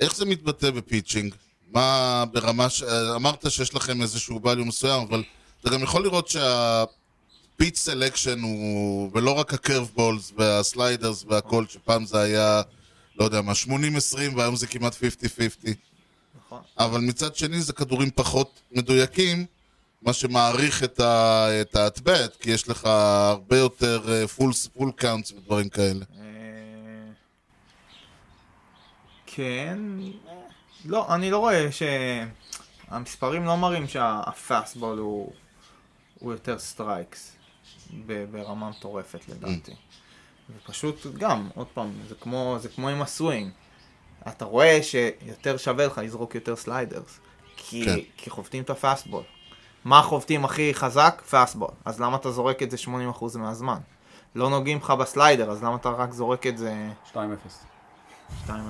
Speaker 1: איך זה מתבטא בפיצ'ינג? מה ברמה ש... אה, אמרת שיש לכם איזשהו value מסוים, אבל אתה גם יכול לראות שהפיץ סלקשן הוא, ולא רק הקרבבולס והסליידרס והכל, שפעם זה היה, לא יודע מה, 80-20 והיום זה כמעט 50-50.
Speaker 5: נכון.
Speaker 1: אבל מצד שני זה כדורים פחות מדויקים, מה שמעריך את ה- את האטבט, כי יש לך הרבה יותר אה, פול פול קאונטס ודברים כאלה.
Speaker 5: אה, כן, אה, לא, אני לא רואה ש... המספרים לא מראים שהפאסטבול הוא, הוא יותר סטרייקס ב- ברמה מטורפת לדעתי. ופשוט גם, עוד פעם, זה כמו, זה כמו עם הסווינג. אתה רואה שיותר שווה לך לזרוק יותר סליידרס. כי,
Speaker 1: כן.
Speaker 5: כי חובטים את הפאסטבול. מה החובטים הכי חזק? פאסטבול. אז למה אתה זורק את זה 80% מהזמן? לא נוגעים לך בסליידר, אז למה אתה רק זורק את זה
Speaker 4: 2-0.
Speaker 5: 2-0?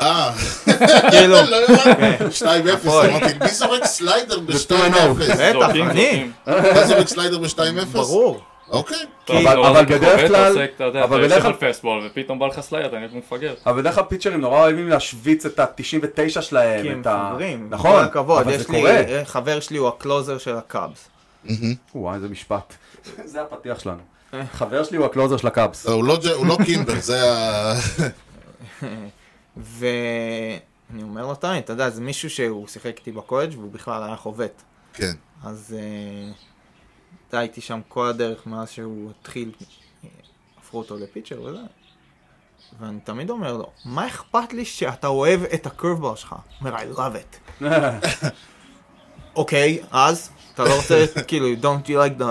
Speaker 1: אה,
Speaker 5: כאילו,
Speaker 1: לא הבנתי. 2-0, אמרתי, מי זורק סליידר ב-2-0?
Speaker 5: בטח,
Speaker 2: זורקים,
Speaker 5: אני,
Speaker 2: זורקים.
Speaker 1: אתה זורק סליידר ב-2-0?
Speaker 5: ברור.
Speaker 1: אוקיי.
Speaker 5: כי-
Speaker 4: אבל-
Speaker 2: אתה
Speaker 4: אבל
Speaker 2: חובט,
Speaker 4: בדרך
Speaker 2: אתה
Speaker 4: כלל-
Speaker 2: עושה, אתה יודע, אתה
Speaker 4: אבל
Speaker 2: יושב
Speaker 4: בדרך
Speaker 2: על
Speaker 4: כלל-
Speaker 2: פסטבול, ופתאום בא לך סלייד, אני כמו מפגר.
Speaker 4: אבל בדרך כלל פיצ'רים נורא אוהבים להשוויץ את ה-99 שלהם.
Speaker 5: כי הם
Speaker 4: את ה-
Speaker 5: מפגרים.
Speaker 4: נכון,
Speaker 5: כל הכבוד,
Speaker 4: אבל
Speaker 5: יש
Speaker 4: זה
Speaker 5: לי,
Speaker 4: קורה.
Speaker 5: אה, חבר שלי הוא הקלוזר של הקאבס.
Speaker 4: וואי, איזה משפט. זה הפתיח שלנו. חבר שלי הוא הקלוזר של הקאבס.
Speaker 1: לא, הוא לא ג'- הוא לא קימבר, זה ה...
Speaker 5: ואני אומר לו תמיד, אתה יודע, זה מישהו שהוא שיחק איתי בקולג' והוא בכלל היה חובט.
Speaker 1: כן.
Speaker 5: אז אה, אתה יודע, הייתי שם כל הדרך מאז שהוא התחיל, אה, הפכו אותו לפיצ'ר וזה. ואני תמיד אומר לו, מה אכפת לי שאתה אוהב את הקרבבל שלך? הוא אומר, I love it. אוקיי, אז? אתה לא רוצה, כאילו, don't you like the...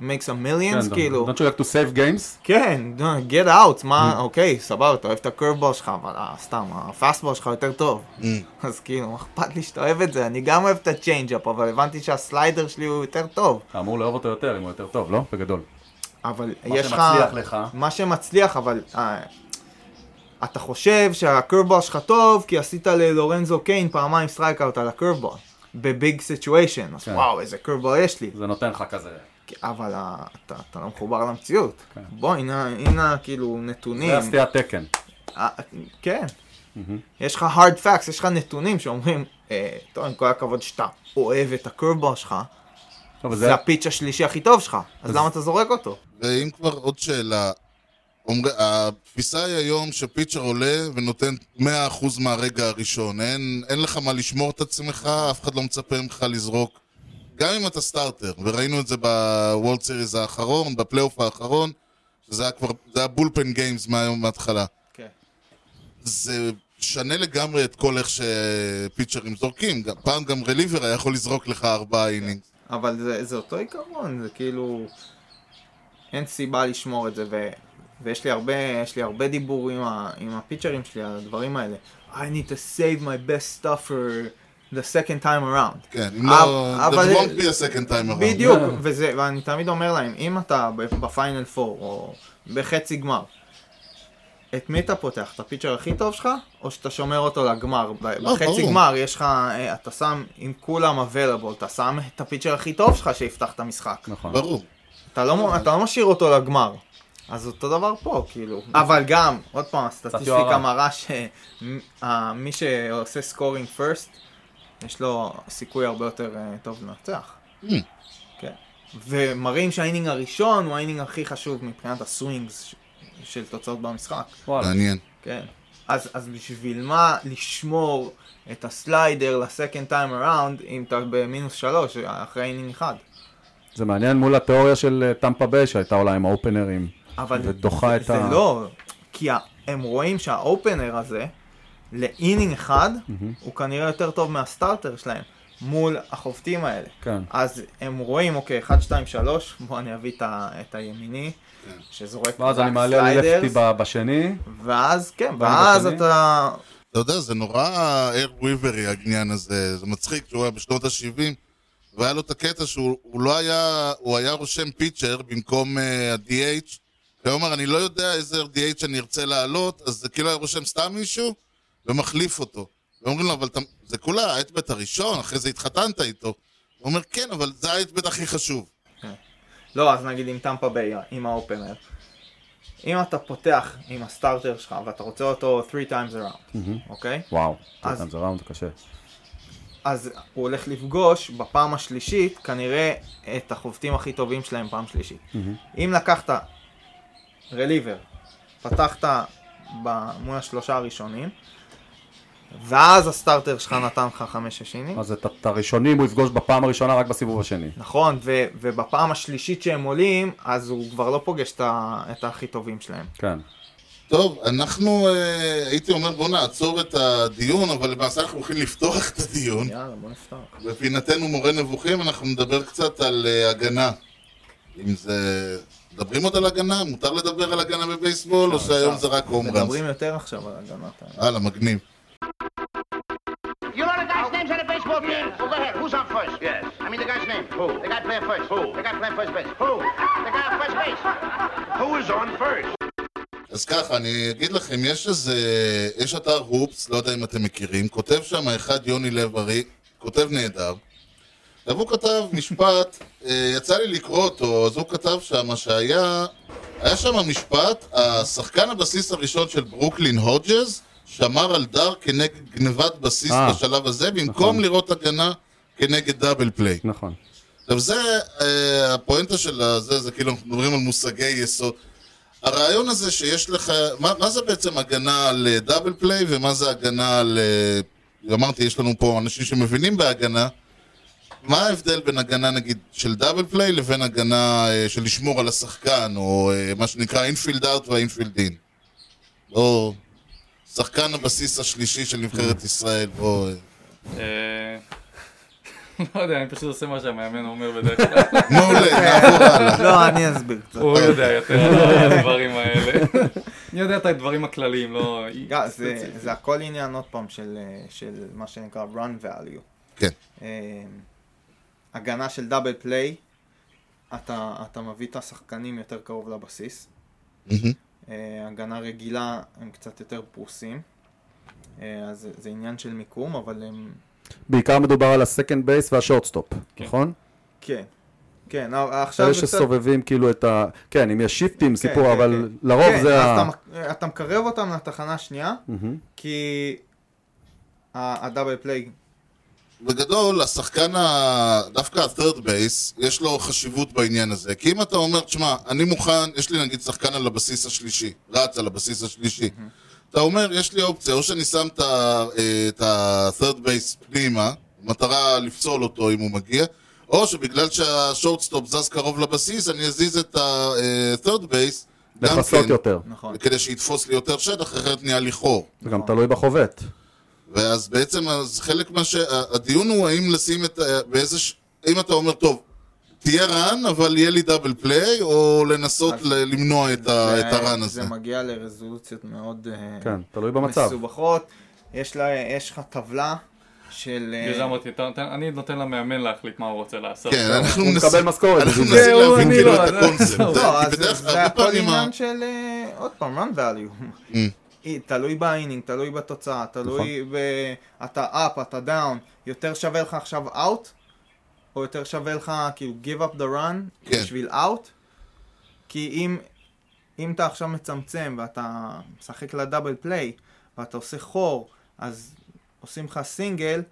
Speaker 5: make some millions? כאילו...
Speaker 4: כן, Don't you like to save games?
Speaker 5: כן, get out, מה, אוקיי, סבבה, אתה אוהב את הקרבבול שלך, אבל אה, סתם, הפאסטבול שלך יותר טוב. אז כאילו, מה אכפת לי שאתה אוהב את זה, אני גם אוהב את הצ'יינג'אפ, אבל הבנתי שהסליידר שלי הוא יותר טוב.
Speaker 4: אתה אמור לאהוב אותו יותר, אם הוא יותר טוב, לא? בגדול.
Speaker 5: אבל
Speaker 4: מה
Speaker 5: יש לך...
Speaker 4: שמצליח לך.
Speaker 5: מה שמצליח, אבל... אה, אתה חושב שהקרבבול שלך טוב, כי עשית ללורנזו קיין פעמיים סטרייקאוט על הקרבבול. בביג סיטואשן, אז
Speaker 4: כן.
Speaker 5: וואו, איזה קרבבול יש לי.
Speaker 4: זה נותן לך כזה.
Speaker 5: אבל אה, אתה אתה לא מחובר למציאות. בוא, הנה, הנה, כאילו,
Speaker 4: זה
Speaker 5: נתונים.
Speaker 4: הסטיית תקן.
Speaker 5: אה, כן. יש לך hard facts, יש לך נתונים שאומרים, אה, טוב, עם כל הכבוד שאתה אוהב את הקרבבול שלך,
Speaker 4: טוב,
Speaker 5: זה הפיץ' השלישי הכי טוב שלך, אז למה אתה זורק אותו?
Speaker 1: ואם כבר עוד שאלה, אומר, התפיסה היא היום שפיצ'ר עולה ונותן 100% מהרגע הראשון. אין, אין לך מה לשמור את עצמך, אף אחד לא מצפה ממך לזרוק. גם אם אתה סטארטר, וראינו את זה בוולד סיריס האחרון, בפלייאוף האחרון, שזה היה כבר, זה היה בולפן גיימס מהיום מההתחלה.
Speaker 5: כן.
Speaker 1: זה שנה לגמרי את כל איך שפיצ'רים זורקים. גם- פעם גם רליבר היה יכול לזרוק לך ארבעה
Speaker 5: כן.
Speaker 1: אינינג.
Speaker 5: אבל זה, זה אותו עיקרון, זה כאילו... אין סיבה לשמור את זה, ו... ויש לי הרבה, יש לי הרבה דיבור עם, ה... עם הפיצ'רים שלי על הדברים האלה. I need to save my best stuff for the second time around.
Speaker 1: כן, אם לא...
Speaker 5: אבל-
Speaker 1: אבל... won't be a second time around.
Speaker 5: בדיוק, וזה, ואני תמיד אומר להם, אם אתה ב- בפיינל 4 או בחצי גמר, את מי אתה פותח? את הפיצ'ר הכי טוב שלך, או שאתה שומר אותו לגמר? ב-
Speaker 1: לא,
Speaker 5: בחצי
Speaker 1: ברור.
Speaker 5: גמר יש לך, אה, אתה שם, אם כולם available, אתה שם את הפיצ'ר הכי טוב שלך שיפתח את המשחק.
Speaker 4: נכון.
Speaker 1: ברור.
Speaker 5: אתה לא, מ- אתה לא משאיר אותו לגמר. אז אותו דבר פה, כאילו. אבל גם, עוד פעם, הסטטיסטיקה
Speaker 4: יוהרה.
Speaker 5: מראה שמי שעושה סקורינג פרסט, יש לו סיכוי הרבה יותר אה, טוב לנצח. כן. ומראים שהאינינג הראשון הוא האינינג הכי חשוב מבחינת הסווינגס ש- של תוצאות במשחק.
Speaker 4: וואלה.
Speaker 1: מעניין.
Speaker 5: כן. אז, אז בשביל מה לשמור את הסליידר לסקנד טיים אראונד אם אתה במינוס שלוש אחרי אינינג אחד?
Speaker 4: זה מעניין מול התיאוריה של אה, טמפה ביי שהייתה עולה עם האופנרים.
Speaker 5: אבל
Speaker 4: ודוחה את
Speaker 5: זה
Speaker 4: ה-
Speaker 5: לא, כי ה- הם רואים שהאופנר הזה, לאינינג אחד, הוא כנראה יותר טוב מהסטארטר שלהם, מול החובטים האלה.
Speaker 4: כן.
Speaker 5: אז הם רואים, אוקיי, 1, 2, 3, בוא אני אביא את, ה- את הימיני, שזורק
Speaker 4: ואז
Speaker 5: רק
Speaker 4: אני מעלה על לפטי
Speaker 5: sliders,
Speaker 4: ב- בשני.
Speaker 5: ואז, כן,
Speaker 4: ואני
Speaker 5: ואז
Speaker 4: בשני.
Speaker 5: אתה...
Speaker 1: אתה יודע, זה נורא אר וויברי העניין הזה, זה מצחיק שהוא היה בשנות ה-70 והיה לו את הקטע שהוא הוא לא היה, הוא היה רושם פיצ'ר במקום אה, ה-DH והוא אמר, אני לא יודע איזה DH אני ארצה לעלות, אז זה כאילו היה רושם סתם מישהו ומחליף אותו. ואומרים לו, אבל אתה, זה כולה האטבט הראשון, אחרי זה התחתנת איתו. הוא אומר, כן, אבל זה האטבט הכי חשוב.
Speaker 5: לא, אז נגיד עם טמפה ביי, עם האופנר. אם אתה פותח עם הסטארטר שלך ואתה רוצה אותו 3 times around, אוקיי?
Speaker 4: וואו.
Speaker 5: אז-
Speaker 4: זה ראונד קשה.
Speaker 5: אז הוא הולך לפגוש בפעם השלישית כנראה את החובטים הכי טובים שלהם פעם שלישית. אם לקחת רליבר, פתחת ב- מול השלושה הראשונים, ואז הסטארטר שלך נתן לך חמש ששינים,
Speaker 4: אז את את הראשונים הוא יפגוש בפעם הראשונה רק בסיבוב השני.
Speaker 5: נכון, ו- ובפעם השלישית שהם עולים, אז הוא כבר לא פוגש את, ה- את הכי טובים שלהם.
Speaker 4: כן.
Speaker 1: טוב, אנחנו, אה, הייתי אומר, בואו נעצור את הדיון, אבל למעשה אנחנו הולכים לפתוח את הדיון.
Speaker 5: יאללה, בוא נפתח.
Speaker 1: בפינתנו מורה נבוכים, אנחנו נדבר קצת על אה, הגנה. אם זה... מדברים עוד על הגנה? מותר לדבר על הגנה בבייסבול, או שהיום זה רק הום ראנס?
Speaker 5: מדברים יותר עכשיו על הגנת ה...
Speaker 1: הלאה, מגניב.
Speaker 7: You know the guy's names on the baseball team? Well, go ahead. Who's on first? Yes. I mean the guy's name. Who? The guy playing first. Who? The guy playing first base. Who? The guy on first base.
Speaker 6: Who is on first?
Speaker 1: אז ככה, אני אגיד לכם, יש איזה... יש אתר הופס, לא יודע אם אתם מכירים, כותב שם אחד יוני לב-ארי, כותב נהדר. עכשיו הוא כתב משפט, אה, יצא לי לקרוא אותו, אז הוא כתב שם שהיה... היה שם משפט, השחקן הבסיס הראשון של ברוקלין הודג'ז שמר על דר כנגד גנבת בסיס
Speaker 4: אה,
Speaker 1: בשלב הזה, במקום
Speaker 4: נכון.
Speaker 1: לראות הגנה כנגד דאבל פליי.
Speaker 4: נכון.
Speaker 1: עכשיו זה, אה, הפואנטה של הזה, זה כאילו אנחנו מדברים על מושגי יסוד. הרעיון הזה שיש לך, מה, מה זה בעצם הגנה על אה, דאבל פליי ומה זה הגנה על... אה, אמרתי, יש לנו פה אנשים שמבינים בהגנה. מה ההבדל בין הגנה נגיד של דאבל פליי לבין הגנה אה, של לשמור על השחקן, או אה, מה שנקרא אינפילד אאוט והאינפילד אין? בואו, שחקן הבסיס השלישי של נבחרת ישראל, בואו. אה.
Speaker 2: אה, לא יודע, אני פשוט עושה מה שהמאמן אומר בדרך כלל.
Speaker 1: מעולה, נעבור הלאה.
Speaker 5: לא, אני אסביר קצת.
Speaker 2: הוא יודע יותר על הדברים האלה. אני יודע את הדברים הכלליים, לא...
Speaker 5: גם, זה- זה הכל עניין עוד פעם של, אה, של מה שנקרא run value.
Speaker 1: כן.
Speaker 5: אה, הגנה של דאבל פליי, אתה, אתה מביא את השחקנים יותר קרוב לבסיס.
Speaker 1: מהמם.
Speaker 5: אה, הגנה רגילה הם קצת יותר פרוסים. אה, אז זה- זה עניין של מיקום, אבל הם...
Speaker 4: בעיקר מדובר על הסקנד בייס והשורטסטופ, נכון?
Speaker 5: כן. כן, אבל עכשיו
Speaker 4: אלה
Speaker 5: זה קצת...
Speaker 4: שסובבים כאילו את ה... כן, אם יש שיפטים,
Speaker 5: כן,
Speaker 4: סיפור,
Speaker 5: כן,
Speaker 4: אבל
Speaker 5: כן.
Speaker 4: לרוב
Speaker 5: כן,
Speaker 4: זה
Speaker 5: אז
Speaker 4: ה...
Speaker 5: אתה מק- אתה מקרב אותם לתחנה השנייה,
Speaker 4: מהמם.
Speaker 5: כי ה- הדאבל פליי,
Speaker 1: בגדול, השחקן, ה... דווקא ה-third base, יש לו חשיבות בעניין הזה. כי אם אתה אומר, תשמע, אני מוכן, יש לי נגיד שחקן על הבסיס השלישי, רץ על הבסיס השלישי. אתה אומר, יש לי אופציה, או שאני שם את ה- אה, את ה-third base פנימה, מטרה לפסול אותו אם הוא מגיע, או שבגלל שהשורטסטופ זז קרוב לבסיס, אני אזיז את ה-third base, גם
Speaker 4: לכסות
Speaker 1: כן,
Speaker 4: יותר.
Speaker 5: נכון.
Speaker 1: כדי שיתפוס לי יותר שטח, אחרת נהיה לי חור.
Speaker 4: זה גם תלוי בחובט.
Speaker 5: כן.
Speaker 1: ואז בעצם, אז חלק מה ש... ה- הדיון הוא האם לשים את... ה- באיזה... ש... אם אתה אומר, טוב, תהיה רן, אבל יהיה לי דאבל פליי, או לנסות
Speaker 5: אז-
Speaker 1: ל... למנוע את, ה...
Speaker 5: זה-
Speaker 1: את הרן הזה.
Speaker 5: זה מגיע לרזולוציות מאוד אה,
Speaker 4: כן, תלוי במצב.
Speaker 5: מסובכות. יש לה- יש לך טבלה של... אה,
Speaker 2: בגלל זה אמרתי, "אתה נותן- אני נותן למאמן להחליט מה הוא רוצה לעשות.
Speaker 1: כן, אנחנו
Speaker 4: הוא
Speaker 1: מנסים...
Speaker 4: מקבל משכורת.
Speaker 1: אנחנו
Speaker 4: בשביל זה.
Speaker 1: מנסים
Speaker 2: זה הוא,
Speaker 1: להבין
Speaker 2: אני
Speaker 1: כאילו
Speaker 2: לא,
Speaker 1: את
Speaker 2: זה-
Speaker 1: הקונספט.
Speaker 2: לא,
Speaker 5: כן, לא,
Speaker 1: כי
Speaker 5: אז
Speaker 1: בדרך
Speaker 5: זה-
Speaker 1: כלל,
Speaker 5: זה
Speaker 1: הרבה
Speaker 5: הכל
Speaker 1: פעמים... ה- Mm.
Speaker 5: עניין של, אה, עוד פעם, run value. אי, תלוי באינינג, תלוי בתוצאה, תלוי
Speaker 1: נכון.
Speaker 5: ב... אתה up, אתה down, יותר שווה לך עכשיו out, או יותר שווה לך כאילו give up the run
Speaker 1: כן.
Speaker 5: בשביל out, כי אם, אם אתה עכשיו מצמצם ואתה משחק לדאבל פליי, ואתה עושה חור, אז עושים לך סינגל,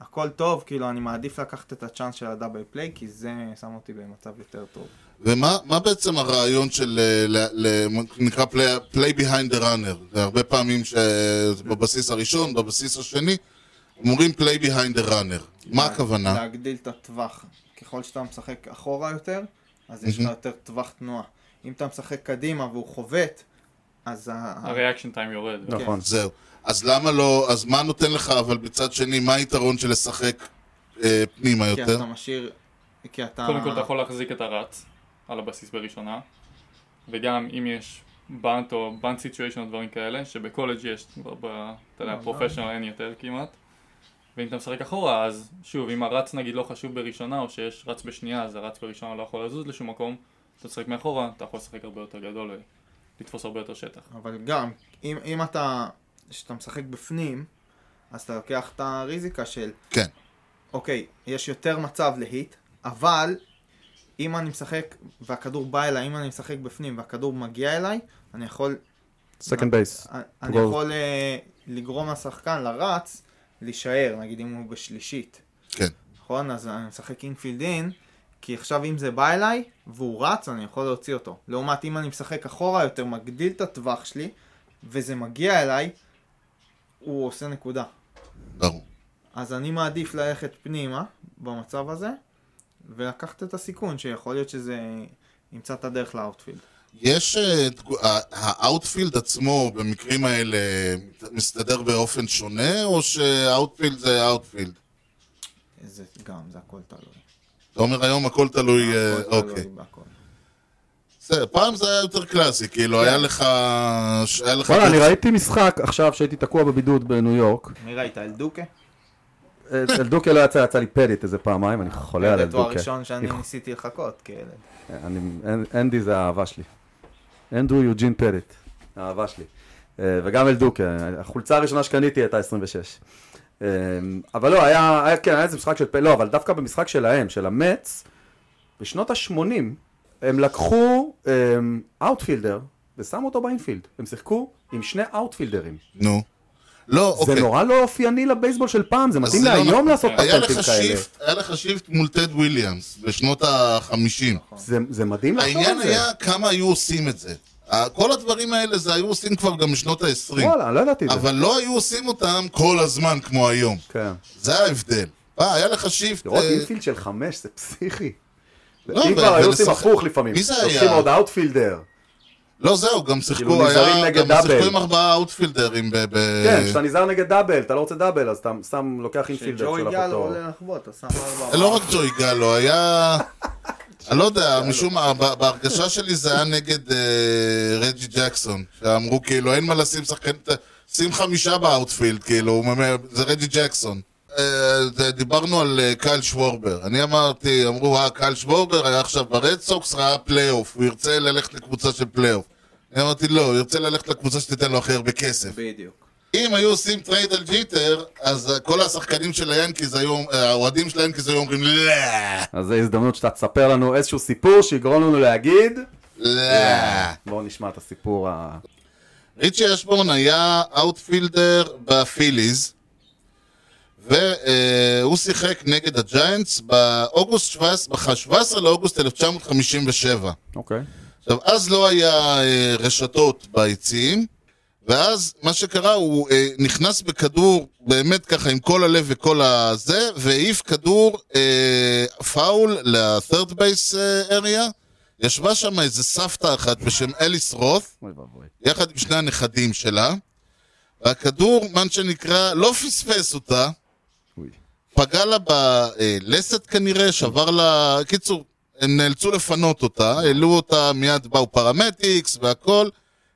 Speaker 5: הכל טוב, כאילו אני מעדיף לקחת את הצ'אנס של הדאבל פליי, כי זה שם אותי במצב יותר טוב.
Speaker 1: ומה מה בעצם הרעיון של, אה, ל- ל- מה שנקרא play, play behind the runner? זה הרבה פעמים שבבסיס הראשון, בבסיס השני, אומרים play behind the runner. מה הכוונה?
Speaker 5: להגדיל את הטווח. ככל שאתה משחק אחורה יותר, אז יש לך יותר טווח תנועה. אם אתה משחק קדימה והוא חובט, אז ה-
Speaker 2: הריאקשן טיים יורד.
Speaker 5: כן.
Speaker 4: נכון.
Speaker 1: זהו. אז למה לא, אז מה נותן לך, אבל מצד שני, מה היתרון של לשחק אה, פנימה
Speaker 5: כי
Speaker 1: יותר?
Speaker 5: אתה משאיר... כי אתה...
Speaker 2: קודם כל אתה יכול להחזיק את הרץ על הבסיס בראשונה, וגם אם יש באנט או באנט סיטואשן או דברים כאלה, שבקולג' יש, כבר ב- אתה יודע, פרופשיונל אין יותר כמעט, ואם אתה משחק אחורה, אז שוב, אם הרץ נגיד לא חשוב בראשונה, או שיש רץ בשנייה, אז הרץ בראשונה לא יכול לזוז לשום מקום, אתה משחק מאחורה, אתה יכול לשחק הרבה יותר גדול ולתפוס הרבה יותר שטח.
Speaker 5: אבל גם, אם, אם אתה... כשאתה משחק בפנים, אז אתה לוקח את הריזיקה של...
Speaker 1: כן.
Speaker 5: אוקיי, יש יותר מצב להיט, אבל אם אני משחק והכדור בא אליי, אם אני משחק בפנים והכדור מגיע אליי, אני יכול
Speaker 4: סקנד בייס.
Speaker 5: אני
Speaker 4: גול.
Speaker 5: יכול אה, לגרום לשחקן לרץ להישאר, נגיד אם הוא בשלישית.
Speaker 1: כן.
Speaker 5: נכון? אז אני משחק אינפילד אין, כי עכשיו אם זה בא אליי והוא רץ, אני יכול להוציא אותו. לעומת אם אני משחק אחורה יותר, מגדיל את הטווח שלי, וזה מגיע אליי, הוא עושה נקודה.
Speaker 1: ברור.
Speaker 5: אז אני מעדיף ללכת פנימה במצב הזה, ולקחת את הסיכון, שיכול להיות שזה ימצא את הדרך לאוטפילד.
Speaker 1: יש, אה, תגו- ה- האאוטפילד עצמו במקרים האלה מסתדר באופן שונה, או שהאאוטפילד זה האאוטפילד?
Speaker 5: זה גם, זה הכל תלוי.
Speaker 1: אתה אומר היום הכל תלוי, אה,
Speaker 5: הכל תלוי
Speaker 1: אוקיי.
Speaker 5: בהכל.
Speaker 1: בסדר, פעם זה היה יותר קלאסי,
Speaker 5: כן.
Speaker 1: כאילו היה לך... היה לך...
Speaker 4: וואלה, אני ראיתי משחק עכשיו שהייתי תקוע בבידוד בניו יורק.
Speaker 5: מי ראית? אלדוקה?
Speaker 4: אלדוקה לא יצא, יצא לי פדית איזה פעמיים, אני חולה על
Speaker 5: זה
Speaker 4: אלדוקה.
Speaker 5: תואר אה, ראשון שאני
Speaker 4: אני-
Speaker 5: ניסיתי לחכות כילד.
Speaker 4: אני, אנ- אנדי זה האהבה שלי. אנדרו יוג'ין פרט, האהבה שלי. אה, וגם אלדוקה, החולצה הראשונה שקניתי הייתה 26. אה, אבל לא, היה, היה כן, היה איזה משחק של פרט, לא, אבל דווקא במשחק שלהם, של המץ, בשנות ה-80, הם לקחו אה, אאוטפילדר ושמו אותו באינפילד. הם שיחקו עם שני אאוטפילדרים.
Speaker 1: נו. לא,
Speaker 4: זה
Speaker 1: אוקיי.
Speaker 4: נורא לא אופייני לבייסבול של פעם, זה מתאים
Speaker 1: זה לא
Speaker 4: להיום
Speaker 1: נכון.
Speaker 4: לעשות
Speaker 1: היה
Speaker 4: פטנטים
Speaker 1: לך
Speaker 4: כאלה.
Speaker 1: שיפט, היה לך שיפט מול טד וויליאמס בשנות ה-50.
Speaker 4: זה- זה מדהים לחשוב על זה.
Speaker 1: העניין היה כמה היו עושים את זה. ה- כל הדברים האלה זה היו עושים כבר גם בשנות ה-20.
Speaker 4: וואלה, לא ידעתי את זה.
Speaker 1: אבל לא היו עושים אותם כל הזמן כמו היום.
Speaker 4: כן.
Speaker 1: זה ההבדל. אה, היה לך שיפט...
Speaker 4: לראות
Speaker 1: אה,
Speaker 4: אינפילד של חמש זה פסיכי.
Speaker 1: לא,
Speaker 4: אם
Speaker 1: ו-
Speaker 4: כבר היו עושים
Speaker 1: ולשחק-
Speaker 4: הפוך לפעמים.
Speaker 1: מי זה היה?
Speaker 4: לוקחים עוד אאוטפילדר.
Speaker 1: לא, זהו, גם שיחקו,
Speaker 4: כאילו, נזהרים
Speaker 1: היה,
Speaker 4: נגד
Speaker 1: גם שיחקו
Speaker 4: דאבל.
Speaker 1: עם ארבעה אאוטפילדרים ב... ב...
Speaker 4: כן, כשאתה נזהר נגד דאבל, אתה לא רוצה דאבל, אז אתה שם, לוקח אינפילדר,
Speaker 5: כשג'וי
Speaker 4: שולח
Speaker 5: גל
Speaker 4: אותו.
Speaker 5: עולה לחבוט, הוא שם ארבע.
Speaker 1: לא רק ג'וי גלו, היה... אני לא יודע, משום מה, ב- בהרגשה שלי זה היה נגד אה, רג'י ג'קסון. שאמרו כאילו, אין מה לשים שחקן... שים חמישה באאוטפילד, כאילו, הוא ממ- זה רג'י ג'קסון. אה, זה- דיברנו על אה, קייל שוורבר. אני אמרתי, אמרו, אה, קייל שוורבר היה עכשיו ברד סוקס, ראה פלייאוף, הוא ירצה ללכת לקבוצה של פלייאוף. אני אמרתי, לא, הוא ירצה ללכת לקבוצה שתיתן לו הכי הרבה כסף.
Speaker 5: בדיוק.
Speaker 1: אם היו עושים טרייד על ג'יטר, אז אה, כל השחקנים של היאנקיז היו, אה, האוהדים של היאנקיז היו אומרים לא,
Speaker 4: אז זו הזדמנות שאתה תספר לנו איזשהו סיפור שיגרום לנו להגיד.
Speaker 1: לא.
Speaker 4: בואו נשמע את הסיפור ה...
Speaker 1: ריצ'י אשבורן היה אאוטפילדר בפיליז, והוא שיחק נגד הג'יינטס באוגוסט 17, ב-17 לאוגוסט 1957.
Speaker 4: אוקיי.
Speaker 1: עכשיו, אז לא היה אה, רשתות ביציעים, ואז מה שקרה, הוא אה, נכנס בכדור, באמת ככה, עם כל הלב וכל הזה, והעיף כדור אה, פאול ל-third base אה, area. ישבה שם איזה סבתא אחת בשם אליס רות,
Speaker 4: אוי ואבוי.
Speaker 1: יחד עם שני הנכדים שלה, והכדור, מה שנקרא, לא פספס אותה,
Speaker 4: אוי.
Speaker 1: פגע לה בלסת כנראה, שבר לה... קיצור, הם נאלצו לפנות אותה, העלו אותה מיד, באו פרמטיקס והכל,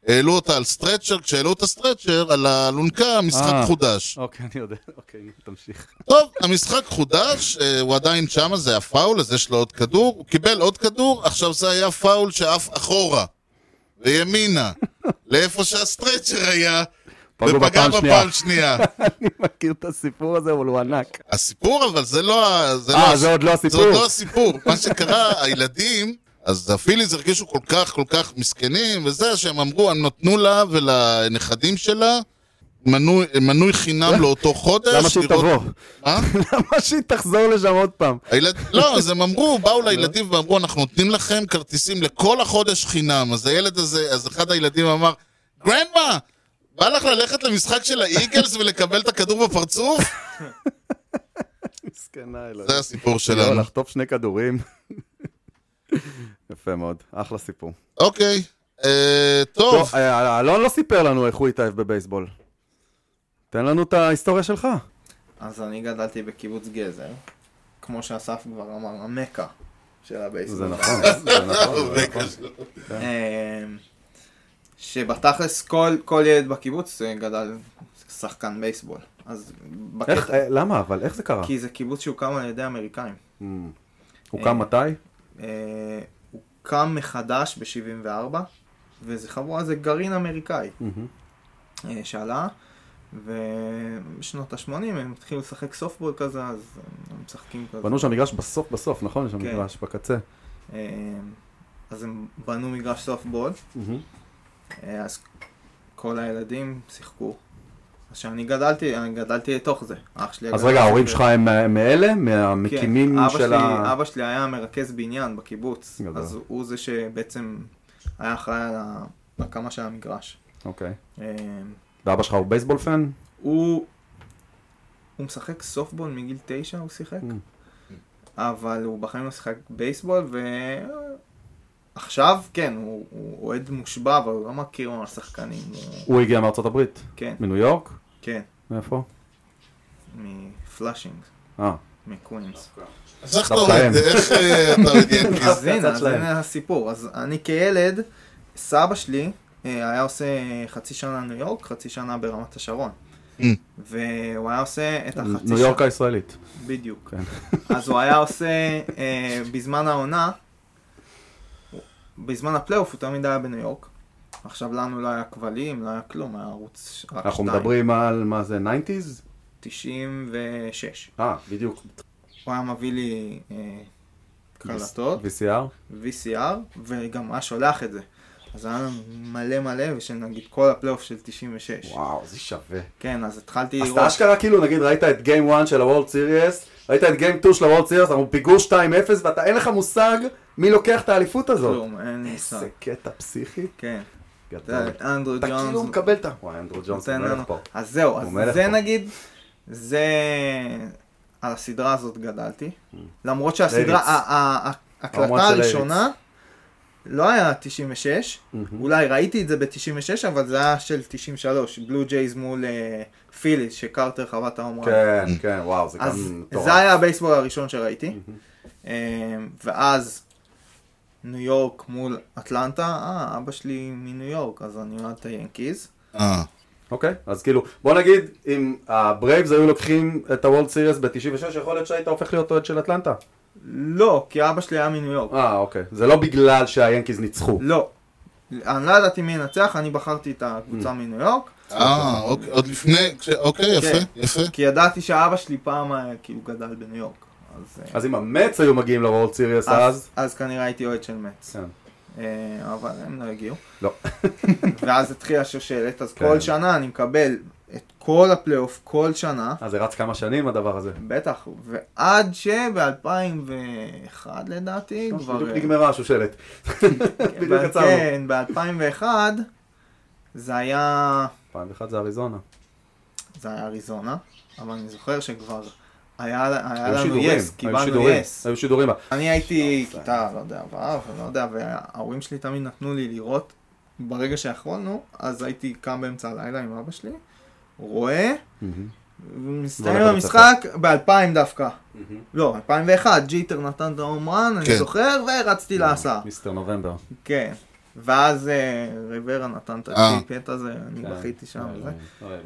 Speaker 1: העלו אותה על סטרצ'ר, כשהעלו את הסטרצ'ר, על האלונקה, המשחק
Speaker 4: אה.
Speaker 1: חודש.
Speaker 4: אוקיי, אני יודע. אוקיי, תמשיך.
Speaker 1: טוב, המשחק חודש, אה, הוא עדיין שמה, זה הפאול, אז יש לו עוד כדור, הוא קיבל עוד כדור, עכשיו זה היה פאול שעף אחורה, וימינה, לאיפה שהסטרצ'ר היה,
Speaker 4: פגעו
Speaker 1: ופגע
Speaker 4: בפעם שנייה.
Speaker 1: בפעם שנייה.
Speaker 4: אני מכיר את הסיפור הזה, אבל הוא ענק.
Speaker 1: הסיפור, אבל זה לא... ה- זה
Speaker 4: אה,
Speaker 1: לא
Speaker 4: זה עוד לא
Speaker 1: זה עוד
Speaker 4: הסיפור.
Speaker 1: לא הסיפור. מה שקרה, הילדים, אז הפיליז הרגישו כל כך כל כך מסכנים, וזה שהם אמרו, הם נתנו לה ולנכדים שלה מנוי, מנוי חינם לאותו חודש.
Speaker 4: למה שהיא
Speaker 1: לראות-
Speaker 4: תבוא?
Speaker 1: מה?
Speaker 4: למה שהיא תחזור לשם עוד פעם?
Speaker 1: הילד... לא, אז הם אמרו, באו לילדים ואמרו, אנחנו נותנים לכם כרטיסים לכל החודש חינם. אז הילד הזה, אז אחד הילדים אמר, גרנדמה, בא לך ללכת למשחק של האיגלס ולקבל את הכדור בפרצוף?
Speaker 4: מסכנה אלוהים.
Speaker 1: זה הסיפור
Speaker 4: לא,
Speaker 1: שלנו.
Speaker 4: לחטוף שני כדורים. יפה מאוד, אחלה סיפור.
Speaker 1: אוקיי. אה, טוב,
Speaker 4: טוב, אה, אלון לא סיפר לנו איך הוא התאהב בבייסבול. תן לנו את ההיסטוריה שלך.
Speaker 5: אז אני גדלתי בקיבוץ גזר, כמו שאסף כבר אמר, המכה של הבייסבול.
Speaker 4: זה נכון, זה נכון. זה נכון.
Speaker 5: אמ, שבתכלס כל, כל ילד בקיבוץ אה, גדל שחקן בייסבול. אז בקטע,
Speaker 4: איך, אה, למה אבל? איך זה קרה?
Speaker 5: כי זה קיבוץ שהוקם על ידי האמריקאים.
Speaker 4: הוקם מתי?
Speaker 5: אה, הוקם מחדש ב-74, וזה חבורה, זה גרעין אמריקאי אה, שעלה, ובשנות ה-80 הם התחילו לשחק סופטבול כזה, אז הם משחקים כזה.
Speaker 4: בנו שם מגרש בסוף בסוף, נכון? יש שם
Speaker 5: כן.
Speaker 4: מגרש בקצה.
Speaker 5: אה, אז הם בנו מגרש סופטבול, אה, אז כל הילדים שיחקו. אז כשאני גדלתי, אני גדלתי לתוך זה. אח שלי
Speaker 4: אז
Speaker 5: גדל
Speaker 4: רגע, ההורים
Speaker 5: ב-
Speaker 4: שלך הם אה, מאלה?
Speaker 5: כן,
Speaker 4: מהמקימים
Speaker 5: אבא
Speaker 4: של
Speaker 5: שלי-
Speaker 4: ה...
Speaker 5: אבא שלי היה מרכז בניין בקיבוץ,
Speaker 4: גדול.
Speaker 5: אז הוא זה שבעצם היה אחראי על ההקמה של המגרש.
Speaker 4: אוקיי.
Speaker 5: אה,
Speaker 4: ואבא שלך הוא בייסבול פן?
Speaker 5: הוא... הוא משחק סופטבול מגיל תשע, הוא שיחק,
Speaker 4: Mm.
Speaker 5: אבל הוא בחיים לא שיחק בייסבול, ועכשיו, כן, הוא הוא אוהד מושבע, אבל הוא לא מכיר ממש שחקנים. הוא-
Speaker 4: הוא הגיע מארצות הברית?
Speaker 5: כן,
Speaker 4: מניו יורק?
Speaker 5: כן,
Speaker 4: מאיפה?
Speaker 5: מפלאשינג,
Speaker 4: אה,
Speaker 5: מקווינס.
Speaker 1: אז איך אתה
Speaker 4: דווקא
Speaker 1: רואה
Speaker 4: הם.
Speaker 1: את זה? איך אה, אתה רואה את ינקיז?
Speaker 5: אז הנה, אז
Speaker 4: שלהם.
Speaker 5: הנה הסיפור. אז אני כילד, סבא שלי אה, היה עושה חצי שנה ניו יורק, חצי שנה ברמת השרון.
Speaker 1: Mm.
Speaker 5: והוא היה עושה את החצי
Speaker 4: ניו יורק הישראלית.
Speaker 5: בדיוק.
Speaker 4: כן.
Speaker 5: אז הוא היה עושה, אה, בזמן העונה, בזמן הפלייאוף הוא תמיד היה בניו יורק. עכשיו לנו לא היה כבלים, לא היה כלום, היה ערוץ רק
Speaker 4: אנחנו
Speaker 5: שתיים.
Speaker 4: מדברים על, מה זה, 90's?
Speaker 5: 96.
Speaker 4: אה, בדיוק.
Speaker 5: הוא היה מביא לי אה, קלטות.
Speaker 4: VCR?
Speaker 5: VCR, וגם היה שולח את זה. אז היה לנו מלא מלא, ושנגיד כל הפלייאוף של 96. וואו.
Speaker 4: וואו, זה שווה.
Speaker 5: כן, אז התחלתי
Speaker 4: אז
Speaker 5: לראות.
Speaker 4: אתה אשכרה כאילו, נגיד, ראית את גיים 1 של הוולד סיריאס, ראית את גיים 2 של הוולד סיריאס, אנחנו פיגור 2-0, ואתה אין לך מושג מי לוקח את האליפות הזאת.
Speaker 5: כלום, אין לי מושג.
Speaker 4: לא- איזה קטע פסיכי.
Speaker 5: כן.
Speaker 4: גדול.
Speaker 5: זה אנדרו
Speaker 4: אתה כאילו
Speaker 5: ג'ונס.
Speaker 4: מקבל את ה... וואי, לא אנדרו ג'ונס הוא
Speaker 5: נותן
Speaker 4: מלך
Speaker 5: לנו.
Speaker 4: פה.
Speaker 5: אז זהו, אז
Speaker 4: הוא מלך
Speaker 5: זה
Speaker 4: פה.
Speaker 5: נגיד, זה... על הסדרה
Speaker 4: Mm.
Speaker 5: הזאת גדלתי. למרות שהסדרה,
Speaker 4: לויץ.
Speaker 5: ה- ה- ה-
Speaker 4: ההומות
Speaker 5: ההקלטה
Speaker 4: של לויץ.
Speaker 5: הראשונה, לא היה 96,
Speaker 4: Mm-hmm.
Speaker 5: אולי ראיתי את זה ב-96, אבל זה היה של 93, בלו ג'ייז מול אה, פיליס, שקרטר חווה את ההומרן.
Speaker 4: כן, כן, וואו, זה
Speaker 5: אז
Speaker 4: גם מטורף. Mm-hmm.
Speaker 5: זה היה הבייסבול הראשון שראיתי. אה, ואז ניו יורק מול אטלנטה, אה, אבא שלי מניו יורק, אז אני אוהד את היאנקיז.
Speaker 1: אה.
Speaker 4: אוקיי, אז כאילו, בוא נגיד, אם הברייבס היו לוקחים את הוולד סיריוס ב-96, יכול להיות שהיית הופך להיות אוהד של אטלנטה.
Speaker 5: לא, כי אבא שלי היה מניו יורק.
Speaker 4: אה, אוקיי. זה לא בגלל שהיאנקיז ניצחו.
Speaker 5: לא. אני לא ידעתי מי ינצח, אני בחרתי את
Speaker 4: Mm.
Speaker 5: הקבוצה מניו יורק,
Speaker 1: אה, אוקיי, עוד לפני, כש- אוקיי, יפה,
Speaker 5: כן.
Speaker 1: יפה.
Speaker 5: כי ידעתי שאבא שלי פעם אה, כאילו גדל בניו יורק. אז, אה,
Speaker 4: אז אם המץ היו מגיעים לוולד סיריוס
Speaker 5: אז,
Speaker 4: אז...
Speaker 5: אז כנראה הייתי אוהד של מצ.
Speaker 4: כן.
Speaker 5: אה, אבל הם לא הגיעו.
Speaker 4: לא.
Speaker 5: ואז התחילה השושלת, אז
Speaker 4: כן.
Speaker 5: כל שנה אני מקבל את כל הפלייאוף, כל שנה,
Speaker 4: אז זה רץ כמה שנים הדבר הזה.
Speaker 5: בטח, ועד שב-2001 לדעתי, כבר... אה,
Speaker 4: בדיוק נגמרה השושלת.
Speaker 5: כן,
Speaker 4: בדיוק
Speaker 5: ב-
Speaker 4: עצרנו.
Speaker 5: כן, ב-2001 זה היה...
Speaker 4: 2001 זה אריזונה.
Speaker 5: זה היה אריזונה, אבל אני זוכר שכבר היה, היה
Speaker 4: היו
Speaker 5: לנו
Speaker 4: שידורים,
Speaker 5: יס,
Speaker 4: היו
Speaker 5: קיבלנו אה.
Speaker 4: שידורים,
Speaker 5: יס.
Speaker 4: היו שידורים.
Speaker 5: אני הייתי
Speaker 4: טוב,
Speaker 5: כיתה, לא יודע, ו', אני לא יודע, וההורים שלי תמיד נתנו לי לראות ברגע שיכולנו, אז הייתי קם באמצע הלילה עם אבא שלי, רואה, ומסתיים
Speaker 4: והולך
Speaker 5: המשחק ב-2000 דווקא. לא, 2001, ג'יטר נתן את ההום רן,
Speaker 1: כן.
Speaker 5: אני זוכר, ורצתי להסעה.
Speaker 4: מיסטר נובמבר.
Speaker 5: כן. ואז אה, ריברה נתן את
Speaker 1: אה.
Speaker 5: הצ'יפט הזה, אני
Speaker 4: כן,
Speaker 5: בכיתי שם. וזה.
Speaker 4: אוי, אוי, אוי.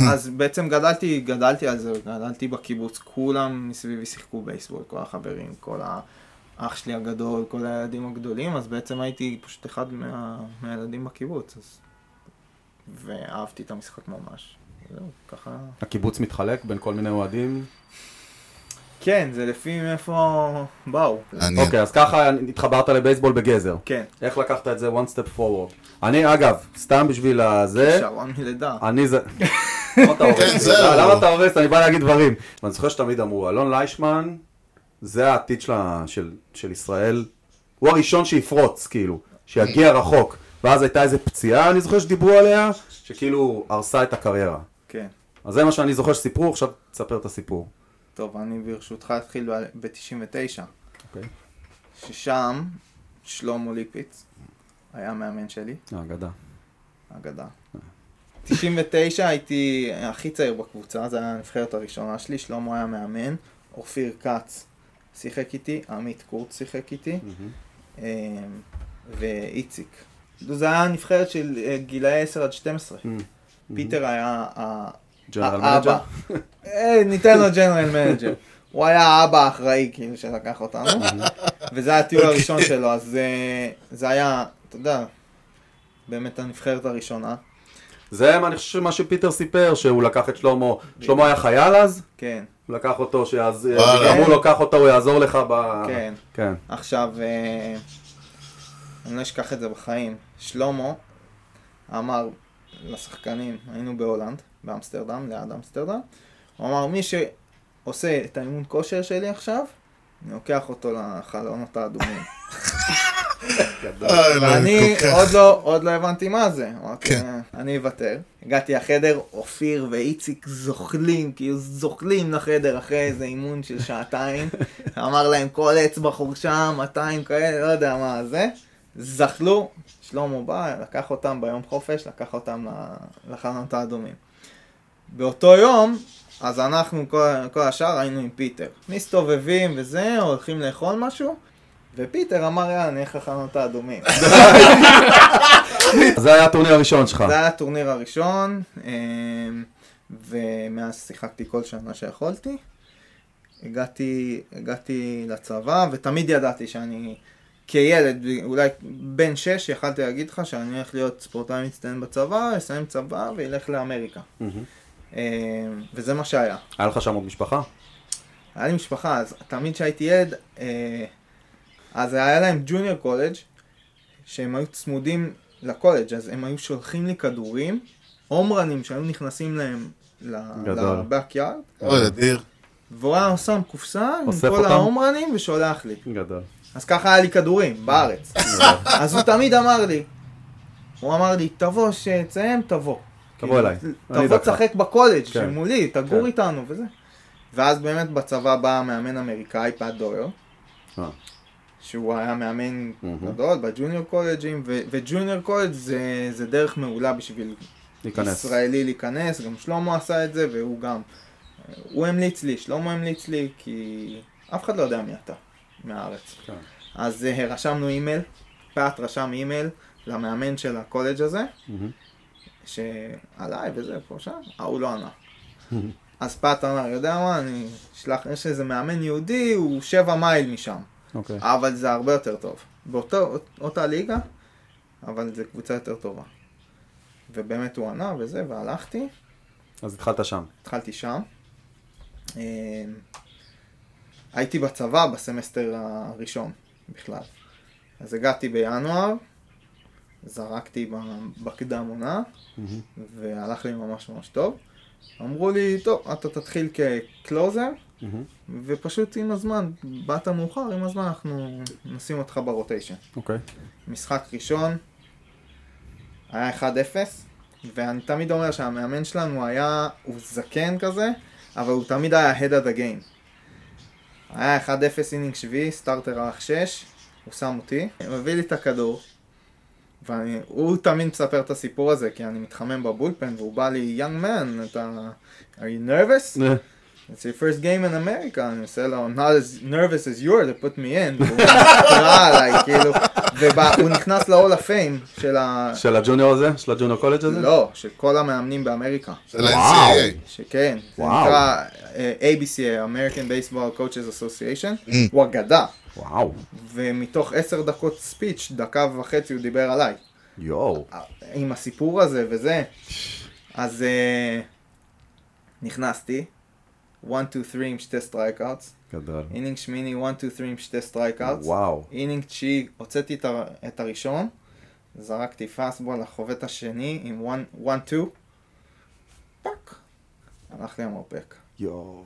Speaker 5: אה, אז בעצם גדלתי, גדלתי על זה, גדלתי בקיבוץ, כולם מסביבי שיחקו בייסבול, כל החברים, כל האח שלי הגדול, כל הילדים הגדולים, אז בעצם הייתי פשוט אחד מה, מהילדים בקיבוץ, אז... ואהבתי את המשחק ממש. זהו, ככה...
Speaker 4: הקיבוץ מתחלק בין כל מיני אוהדים.
Speaker 5: כן, זה לפי מאיפה באו.
Speaker 1: מעניין.
Speaker 4: אוקיי, אז ככה התחברת לבייסבול בגזר.
Speaker 5: כן,
Speaker 4: איך לקחת את זה one step forward? אני אגב, סתם בשביל הזה,
Speaker 5: שרון מלידה.
Speaker 4: אני זה... למה אתה הורס לי?
Speaker 1: כן, זהו.
Speaker 4: למה אתה הורס? אני בא להגיד דברים. ואני זוכר שתמיד אמרו, אלון ליישמן, זה העתיד של ה- של- של ישראל. הוא הראשון שיפרוץ, כאילו, שיגיע רחוק. ואז הייתה איזו פציעה, אני זוכר שדיברו עליה, שכאילו הרסה את הקריירה.
Speaker 5: כן.
Speaker 4: אז זה מה שאני זוכר שסיפרו, עכשיו תספר את הסיפור.
Speaker 5: טוב, אני ברשותך אתחיל ב-99.
Speaker 4: אוקיי.
Speaker 5: ששם שלמה ליפיץ היה מאמן שלי,
Speaker 4: אה, אגדה.
Speaker 5: אגדה.
Speaker 4: אה.
Speaker 5: 99 הייתי הכי צעיר בקבוצה, זו הייתה הנבחרת הראשונה שלי, שלמה היה מאמן, אופיר כץ שיחק איתי, עמית קורץ שיחק איתי,
Speaker 4: Mm-hmm.
Speaker 5: אה, ואיציק. זו הייתה הנבחרת של אה, גילאי 10 עד 12. פיטר היה ה-
Speaker 4: אה. ג'נרל
Speaker 5: האבא.
Speaker 4: מנג'ר?
Speaker 5: אה, ניתן לו ג'נרל מנג'ר. הוא היה האבא האחראי כאילו שלקח אותנו,
Speaker 4: אה.
Speaker 5: וזה היה
Speaker 4: אוקיי.
Speaker 5: הטיול הראשון שלו, אז אה, זה היה, אתה יודע, באמת הנבחרת הראשונה.
Speaker 4: זה מה אני חושב מה שפיטר סיפר, שהוא לקח את שלמה, שלמה היה חייל אז?
Speaker 5: כן,
Speaker 4: הוא לקח אותו, שיעז...
Speaker 1: וואלה.
Speaker 4: אמרו לו, קח אותו, הוא יעזור לך ב...
Speaker 5: כן.
Speaker 4: כן.
Speaker 5: עכשיו, אה, אני לא אשכח את זה בחיים. שלמה אמר לשחקנים, היינו בהולנד, באמסטרדם, ליד אמסטרדם, הוא אמר, מי שעושה את האימון כושר שלי עכשיו, אני לוקח אותו לחלונות האדומים.
Speaker 1: אה, אלוהים,
Speaker 5: ואני
Speaker 1: כל כך.
Speaker 5: עוד לא, עוד לא הבנתי מה זה. אמרתי,
Speaker 1: כן.
Speaker 5: "אה, אני אוותר. הגעתי לחדר, אופיר ואיציק זוחלים, כאילו זוחלים לחדר אחרי איזה אימון של שעתיים. אמר להם, כל אצבע חורשה, 200 כאלה, לא יודע מה זה. זחלו, שלמה בא, לקח אותם ביום חופש, לקח אותם ל- לחנות האדומים. באותו יום, אז אנחנו, כל, כל השאר היינו עם פיטר. מסתובבים וזה, הולכים לאכול משהו, ופיטר אמר, יאללה, נלך לחנות האדומים.
Speaker 4: זה היה הטורניר הראשון שלך.
Speaker 5: זה היה הטורניר הראשון, אמ, ומאז שיחקתי כל שנה שיכולתי. הגעתי, הגעתי לצבא, ותמיד ידעתי שאני כילד, אולי בן שש, יכלתי להגיד לך שאני הולך להיות ספורטאי מצטיין בצבא, אסיים צבא וילך לאמריקה. אמ, וזה מה שהיה.
Speaker 4: היה לך שם עוד משפחה?
Speaker 5: היה לי משפחה, אז תמיד כשהייתי ילד, אה, אז היה להם ג'וניור קולג' שהם היו צמודים לקולג', אז הם היו שולחים לי כדורים, הומרנים שהיו נכנסים להם
Speaker 4: גדול.
Speaker 5: לבקיארד,
Speaker 1: אוי, אדיר.
Speaker 5: והוא היה שם קופסה עם
Speaker 4: אוסף
Speaker 5: כל
Speaker 4: אותם?
Speaker 5: ההומרנים ושולח לי.
Speaker 4: גדול.
Speaker 5: אז ככה היה לי כדורים, בארץ. אז הוא תמיד אמר לי, הוא אמר לי, תבוא, שתסיים, תבוא. כאילו,
Speaker 4: תבוא אליי. אני
Speaker 5: תבוא
Speaker 4: אדאג לך.
Speaker 5: תשחק בקולג'
Speaker 4: כן.
Speaker 5: שמולי, תגור
Speaker 4: כן.
Speaker 5: איתנו וזה. ואז באמת בצבא בא מאמן אמריקאי, פאט דויו,
Speaker 4: אה.
Speaker 5: שהוא היה מאמן גדול בג'וניור קולג'ים, ו- וג'וניור קולג' זה, זה דרך מעולה בשביל
Speaker 4: להיכנס.
Speaker 5: ישראלי להיכנס, גם שלמה עשה את זה, והוא גם, הוא המליץ לי, שלמה המליץ לי, כי אף אחד לא יודע מי אתה, מהארץ.
Speaker 4: כן.
Speaker 5: אז אה, רשמנו אימייל, פאט רשם אימייל למאמן של הקולג' הזה,
Speaker 4: מהמם.
Speaker 5: שעליי וזה, פה שם, ההוא לא ענה. אז פאט אמר, יודע מה, אני אשלח, יש איזה מאמן יהודי, הוא שבע מייל משם.
Speaker 4: אוקיי.
Speaker 5: אבל זה הרבה יותר טוב. באותו, אותה ליגה, אבל זו קבוצה יותר טובה. ובאמת הוא ענה וזה, והלכתי,
Speaker 4: אז התחלת שם.
Speaker 5: התחלתי שם. אה, הייתי בצבא בסמסטר הראשון בכלל. אז הגעתי בינואר, זרקתי ב- בקדם עונה, והלך לי ממש ממש טוב. אמרו לי, טוב, אתה תתחיל כקלוזר,
Speaker 4: מהמם.
Speaker 5: ופשוט עם הזמן, באת מאוחר, עם הזמן אנחנו נשים אותך ברוטיישן.
Speaker 4: אוקיי.
Speaker 5: משחק ראשון, היה 1-0, ואני תמיד אומר שהמאמן שלנו היה, הוא זקן כזה, אבל הוא תמיד היה head of the game. היה 1-0 אינינג שביעי, סטארטר ערך 6, הוא שם אותי, מביא לי את הכדור, והוא תמיד מספר את הסיפור הזה, כי אני מתחמם בבולפן, והוא בא לי, young man, אתה... are you nervous?
Speaker 4: אה,
Speaker 5: It's your first game in America, אני עושה לו, I'm not as nervous as you are, they put me in. והוא נקרע עליי, כאילו, והוא נכנס ל-all of fame של ה...
Speaker 4: של הג'וניור הזה? של הג'וניור קולג' הזה?
Speaker 5: לא, של כל המאמנים באמריקה.
Speaker 1: של ה-NCAA.
Speaker 5: שכן, זה
Speaker 4: וואו.
Speaker 5: נקרא אה, ABCA, American Baseball Coaches Association, הוא אגדה,
Speaker 4: וואו.
Speaker 5: ומתוך עשר דקות ספיץ', דקה וחצי הוא דיבר עליי.
Speaker 4: יואו.
Speaker 5: עם הסיפור הזה וזה. אז אה, נכנסתי, 1, 2, 3 עם שתי סטרייקאוטס.
Speaker 4: גדול.
Speaker 5: אינינג שמיני 1, 2, 3 עם שתי סטרייקאוטס.
Speaker 4: וואו.
Speaker 5: אינינג תשיעי, הוצאתי את ה- את הראשון, זרקתי פאסטבול לחובט השני עם 1, 2, פאק. הלך לי המרפק.
Speaker 4: יואו.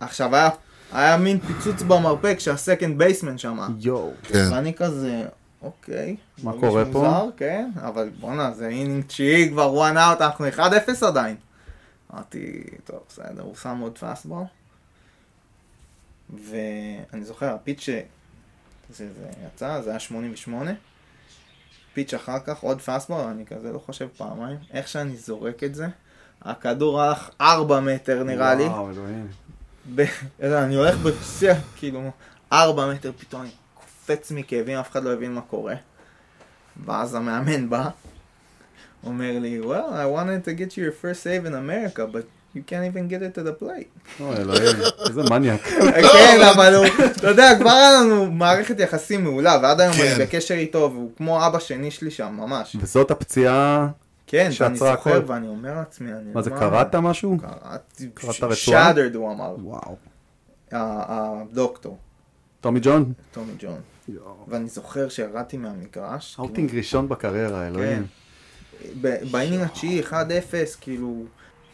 Speaker 5: עכשיו היה, היה מין פיצוץ במרפק שהסקנד בייסמן שמע.
Speaker 4: יואו.
Speaker 1: כן.
Speaker 5: ואני כזה, אוקיי.
Speaker 4: מה
Speaker 5: מרגיש
Speaker 4: קורה פה?
Speaker 5: מוזר, כן, אבל בואנה, זה אינינג תשיעי, כבר וואן אאוט, אנחנו 1-0 עדיין. אמרתי, טוב, בסדר, הוא שם עוד פאסטבול. ואני זוכר, הפיץ' ש... זה, זה יצא, זה היה 88. פיץ' אחר כך, עוד פאסטבול, אני כזה לא חושב פעמיים. איך שאני זורק את זה, הכדור הלך 4 מטר
Speaker 4: לא,
Speaker 5: נראה לי.
Speaker 4: וואו, אלוהים.
Speaker 5: ב- אלא אני הולך בפסיע, כאילו, ארבע מטר פתאום, אני קופץ מכאבים, אף אחד לא הבין מה קורה. ואז המאמן בא, אומר לי, well, I wanted to get you your first save in America, but you can't even get it to the plate.
Speaker 4: אוי, לא, אלוהים. איזה מניאק.
Speaker 5: כן, אבל הוא, אתה יודע, כבר היה לנו מערכת יחסים מעולה, ועד היום
Speaker 1: כן.
Speaker 5: אני בקשר איתו, והוא כמו אבא שני שלי שם, ממש.
Speaker 4: וזאת הפציעה...
Speaker 5: כן, ואני
Speaker 4: שעצרה
Speaker 5: זוכר,
Speaker 4: הכל.
Speaker 5: ואני אומר לעצמי, אני...
Speaker 4: מה זה,
Speaker 5: לא
Speaker 4: קראת
Speaker 5: מאמין.
Speaker 4: משהו?
Speaker 5: קראתי,
Speaker 4: קראת רצועה?
Speaker 5: shuddered, הוא אמר,
Speaker 4: וואו.
Speaker 5: ה- הדוקטור,
Speaker 4: טומי ג'ון?
Speaker 5: טומי ג'ון.
Speaker 4: יואו.
Speaker 5: ואני זוכר שירדתי מהמגרש,
Speaker 4: אאוטינג ראשון בקריירה, אלוהים.
Speaker 5: כאילו, ב- באינינג התשיעי 1-0, כאילו,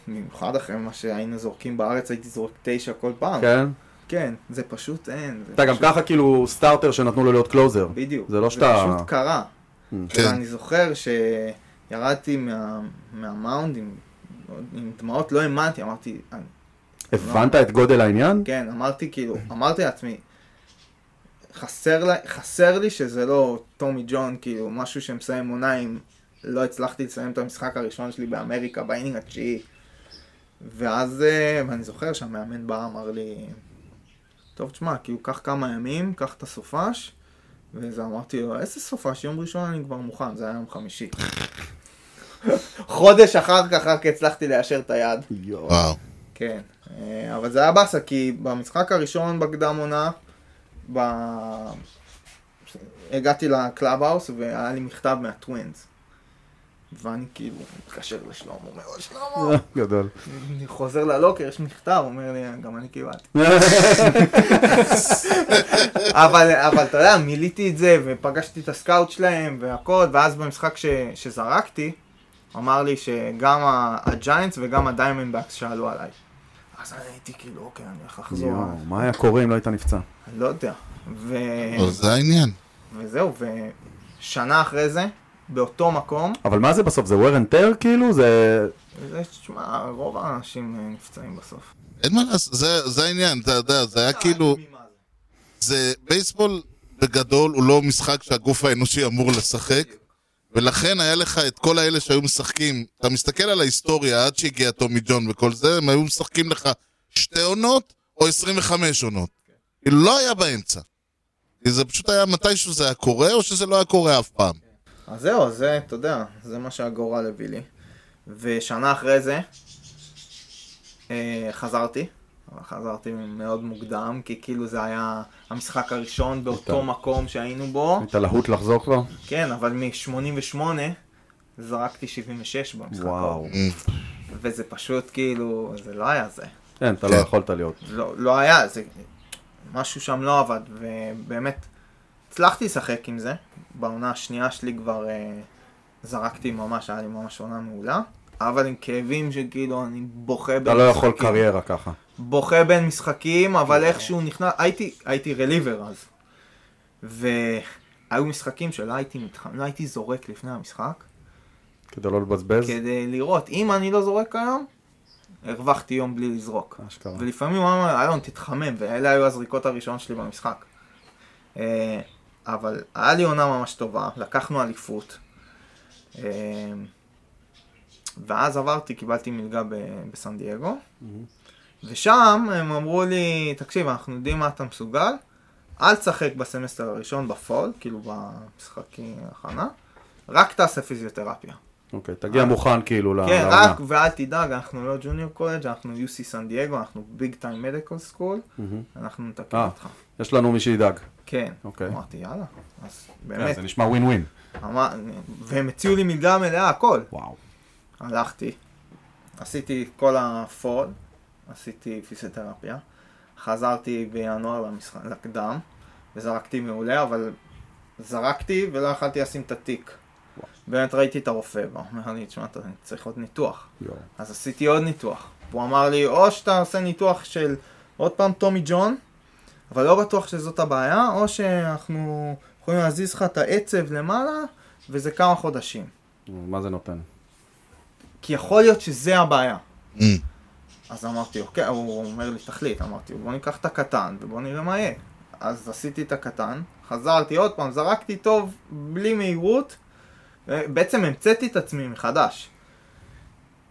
Speaker 5: במיוחד אחרי מה שהיינו זורקים בארץ, הייתי זורק 9 כל פעם.
Speaker 4: כן?
Speaker 5: כן, זה פשוט אין. זה
Speaker 4: אתה גם
Speaker 5: פשוט-
Speaker 4: ככה כאילו סטארטר שנתנו לו להיות קלוזר.
Speaker 5: בדיוק.
Speaker 4: זה לא שאתה...
Speaker 5: זה פשוט קרה.
Speaker 1: כן.
Speaker 5: ואני זוכר שירדתי מה- מהמאונד עם- עם דמעות, לא האמנתי, אמרתי, אני-
Speaker 4: הבנת את גודל העניין?
Speaker 5: כן, אמרתי כאילו, אמרתי לעצמי, חסר לי, חסר לי שזה לא טומי ג'ון, כאילו, משהו שמסיים עונה עם לא הצלחתי לסיים את המשחק הראשון שלי באמריקה, באינינג התשיעי. ואז, אה, ואני זוכר שהמאמן בא, אמר לי, טוב, תשמע, כאילו, קח כמה ימים, קח את הסופש, וזה אמרתי לו, איזה סופש, יום ראשון אני כבר מוכן, זה היה יום חמישי. חודש אחר כך רק הצלחתי ליישר את היד.
Speaker 4: יואו.
Speaker 1: וואו.
Speaker 5: כן, אה, אבל זה היה באסה, כי במשחק הראשון בקדם עונה, ב... הגעתי לקלאב האוס והיה לי מכתב מהטווינס. ואני כאילו מתקשר לשלמה, אומר לו, שלמה,
Speaker 4: אה, גדול.
Speaker 5: אני חוזר ללוקר, יש מכתב, אומר לי, גם אני קיבלתי. אבל, אבל אתה יודע, מילאתי את זה, ופגשתי את הסקאוט שלהם והכל, ואז במשחק ש, שזרקתי, אמר לי שגם ה- הג'יינטס וגם הדיימנדבקס שאלו עליי. אז אני הייתי כאילו, אוקיי, אני הולך לחזור.
Speaker 4: יואו, מה היה קורה אם לא היית נפצע?
Speaker 5: אני לא יודע. ו...
Speaker 1: אבל לא, זה העניין.
Speaker 5: וזהו, ושנה אחרי זה, באותו מקום,
Speaker 4: אבל מה זה בסוף? זה wear and tear כאילו? זה...
Speaker 5: זה, תשמע, רוב האנשים אה, נפצעים בסוף. אה,
Speaker 1: כאילו- אין מה לעשות, זה- זה העניין, אתה יודע, זה היה כאילו... זה בייסבול בגדול הוא לא משחק שהגוף האנושי אמור לשחק, ולכן היה לך את כל האלה שהיו משחקים, אתה מסתכל על ההיסטוריה עד שהגיע טומי ג'ון וכל זה, הם היו משחקים לך שתי עונות או 25 עונות. כאילו לא היה באמצע. כי זה פשוט היה מתישהו זה היה קורה, או שזה לא היה קורה אף פעם.
Speaker 5: אז זהו, זה, אתה יודע, זה מה שהגורל הביא לי. ושנה אחרי זה, אה, חזרתי. אבל חזרתי מאוד מוקדם, כי כאילו זה היה המשחק הראשון באותו מקום שהיינו בו.
Speaker 4: אתה להוט לחזור כבר?
Speaker 5: כן, אבל מ-88 זרקתי 76 במשחק.
Speaker 4: וואו.
Speaker 5: וזה פשוט כאילו, זה לא היה זה.
Speaker 4: כן, אתה לא
Speaker 1: כן.
Speaker 4: יכולת להיות.
Speaker 5: לא, לא היה, זה... משהו שם לא עבד, ובאמת, הצלחתי לשחק עם זה. בעונה השנייה שלי כבר אה, זרקתי ממש, היה לי ממש עונה מעולה. אבל עם כאבים שכאילו אני בוכה בין
Speaker 4: אתה לא יכול
Speaker 5: משחקים.
Speaker 4: קריירה כן. ככה.
Speaker 5: בוכה בין משחקים, אבל איכשהו נכנס, הייתי, הייתי רליבר אז. והיו משחקים שלא הייתי, מתח... לא הייתי זורק לפני המשחק,
Speaker 4: כדי לא לבזבז.
Speaker 5: כדי לראות, אם אני לא זורק היום, הרווחתי יום בלי לזרוק.
Speaker 4: אשכרה.
Speaker 5: ולפעמים הוא אמר, אלון, תתחמם, ואלה היו הזריקות הראשונות שלי במשחק. אה, אבל היה לי עונה ממש טובה, לקחנו אליפות. אה, ואז עברתי, קיבלתי מלגה ב- בסן דייגו. ושם הם אמרו לי, תקשיב, אנחנו יודעים מה אתה מסוגל, אל תשחק בסמסטר הראשון בפול, כאילו במשחקי הכנה, רק תעשה פיזיותרפיה.
Speaker 4: אוקיי, תגיע מוכן כאילו ל-
Speaker 5: אה. כן,
Speaker 4: לעונה.
Speaker 5: רק, ואל תדאג, אנחנו לא ג'וניור קולג', אנחנו UC סן דייגו, אנחנו ביג טיים מדיקל סקול, אנחנו נתקן
Speaker 4: אה.
Speaker 5: אותך.
Speaker 4: יש לנו מי שידאג.
Speaker 5: כן.
Speaker 4: אוקיי.
Speaker 5: אמרתי, יאללה. אז
Speaker 4: כן,
Speaker 5: באמת,
Speaker 4: זה נשמע ווין ווין.
Speaker 5: אמר- והם הציעו לי מלגה מלאה, הכל.
Speaker 4: וואו.
Speaker 5: הלכתי, עשיתי כל הפול, עשיתי פיסיותרפיה, חזרתי בינואר למשחק, לקדם, וזרקתי מעולה, אבל זרקתי ולא יכלתי לשים את התיק. באמת ראיתי את הרופא, והוא אומר לי, תשמע, אתה צריך עוד ניתוח.
Speaker 4: יואו.
Speaker 5: אז עשיתי עוד ניתוח. הוא אמר לי, או שאתה עושה ניתוח של עוד פעם טומי ג'ון, אבל לא בטוח שזאת הבעיה, או שאנחנו יכולים להזיז לך את העצב למעלה, וזה כמה חודשים.
Speaker 4: מה זה נותן?
Speaker 5: כי יכול להיות שזה הבעיה.
Speaker 1: Mm.
Speaker 5: אז אמרתי, אוקיי, הוא אומר לי, תחליט. אמרתי, בוא ניקח את הקטן ובוא נראה מה יהיה. אז עשיתי את הקטן, חזרתי עוד פעם, זרקתי טוב, בלי מהירות. אה, בעצם המצאתי את עצמי מחדש.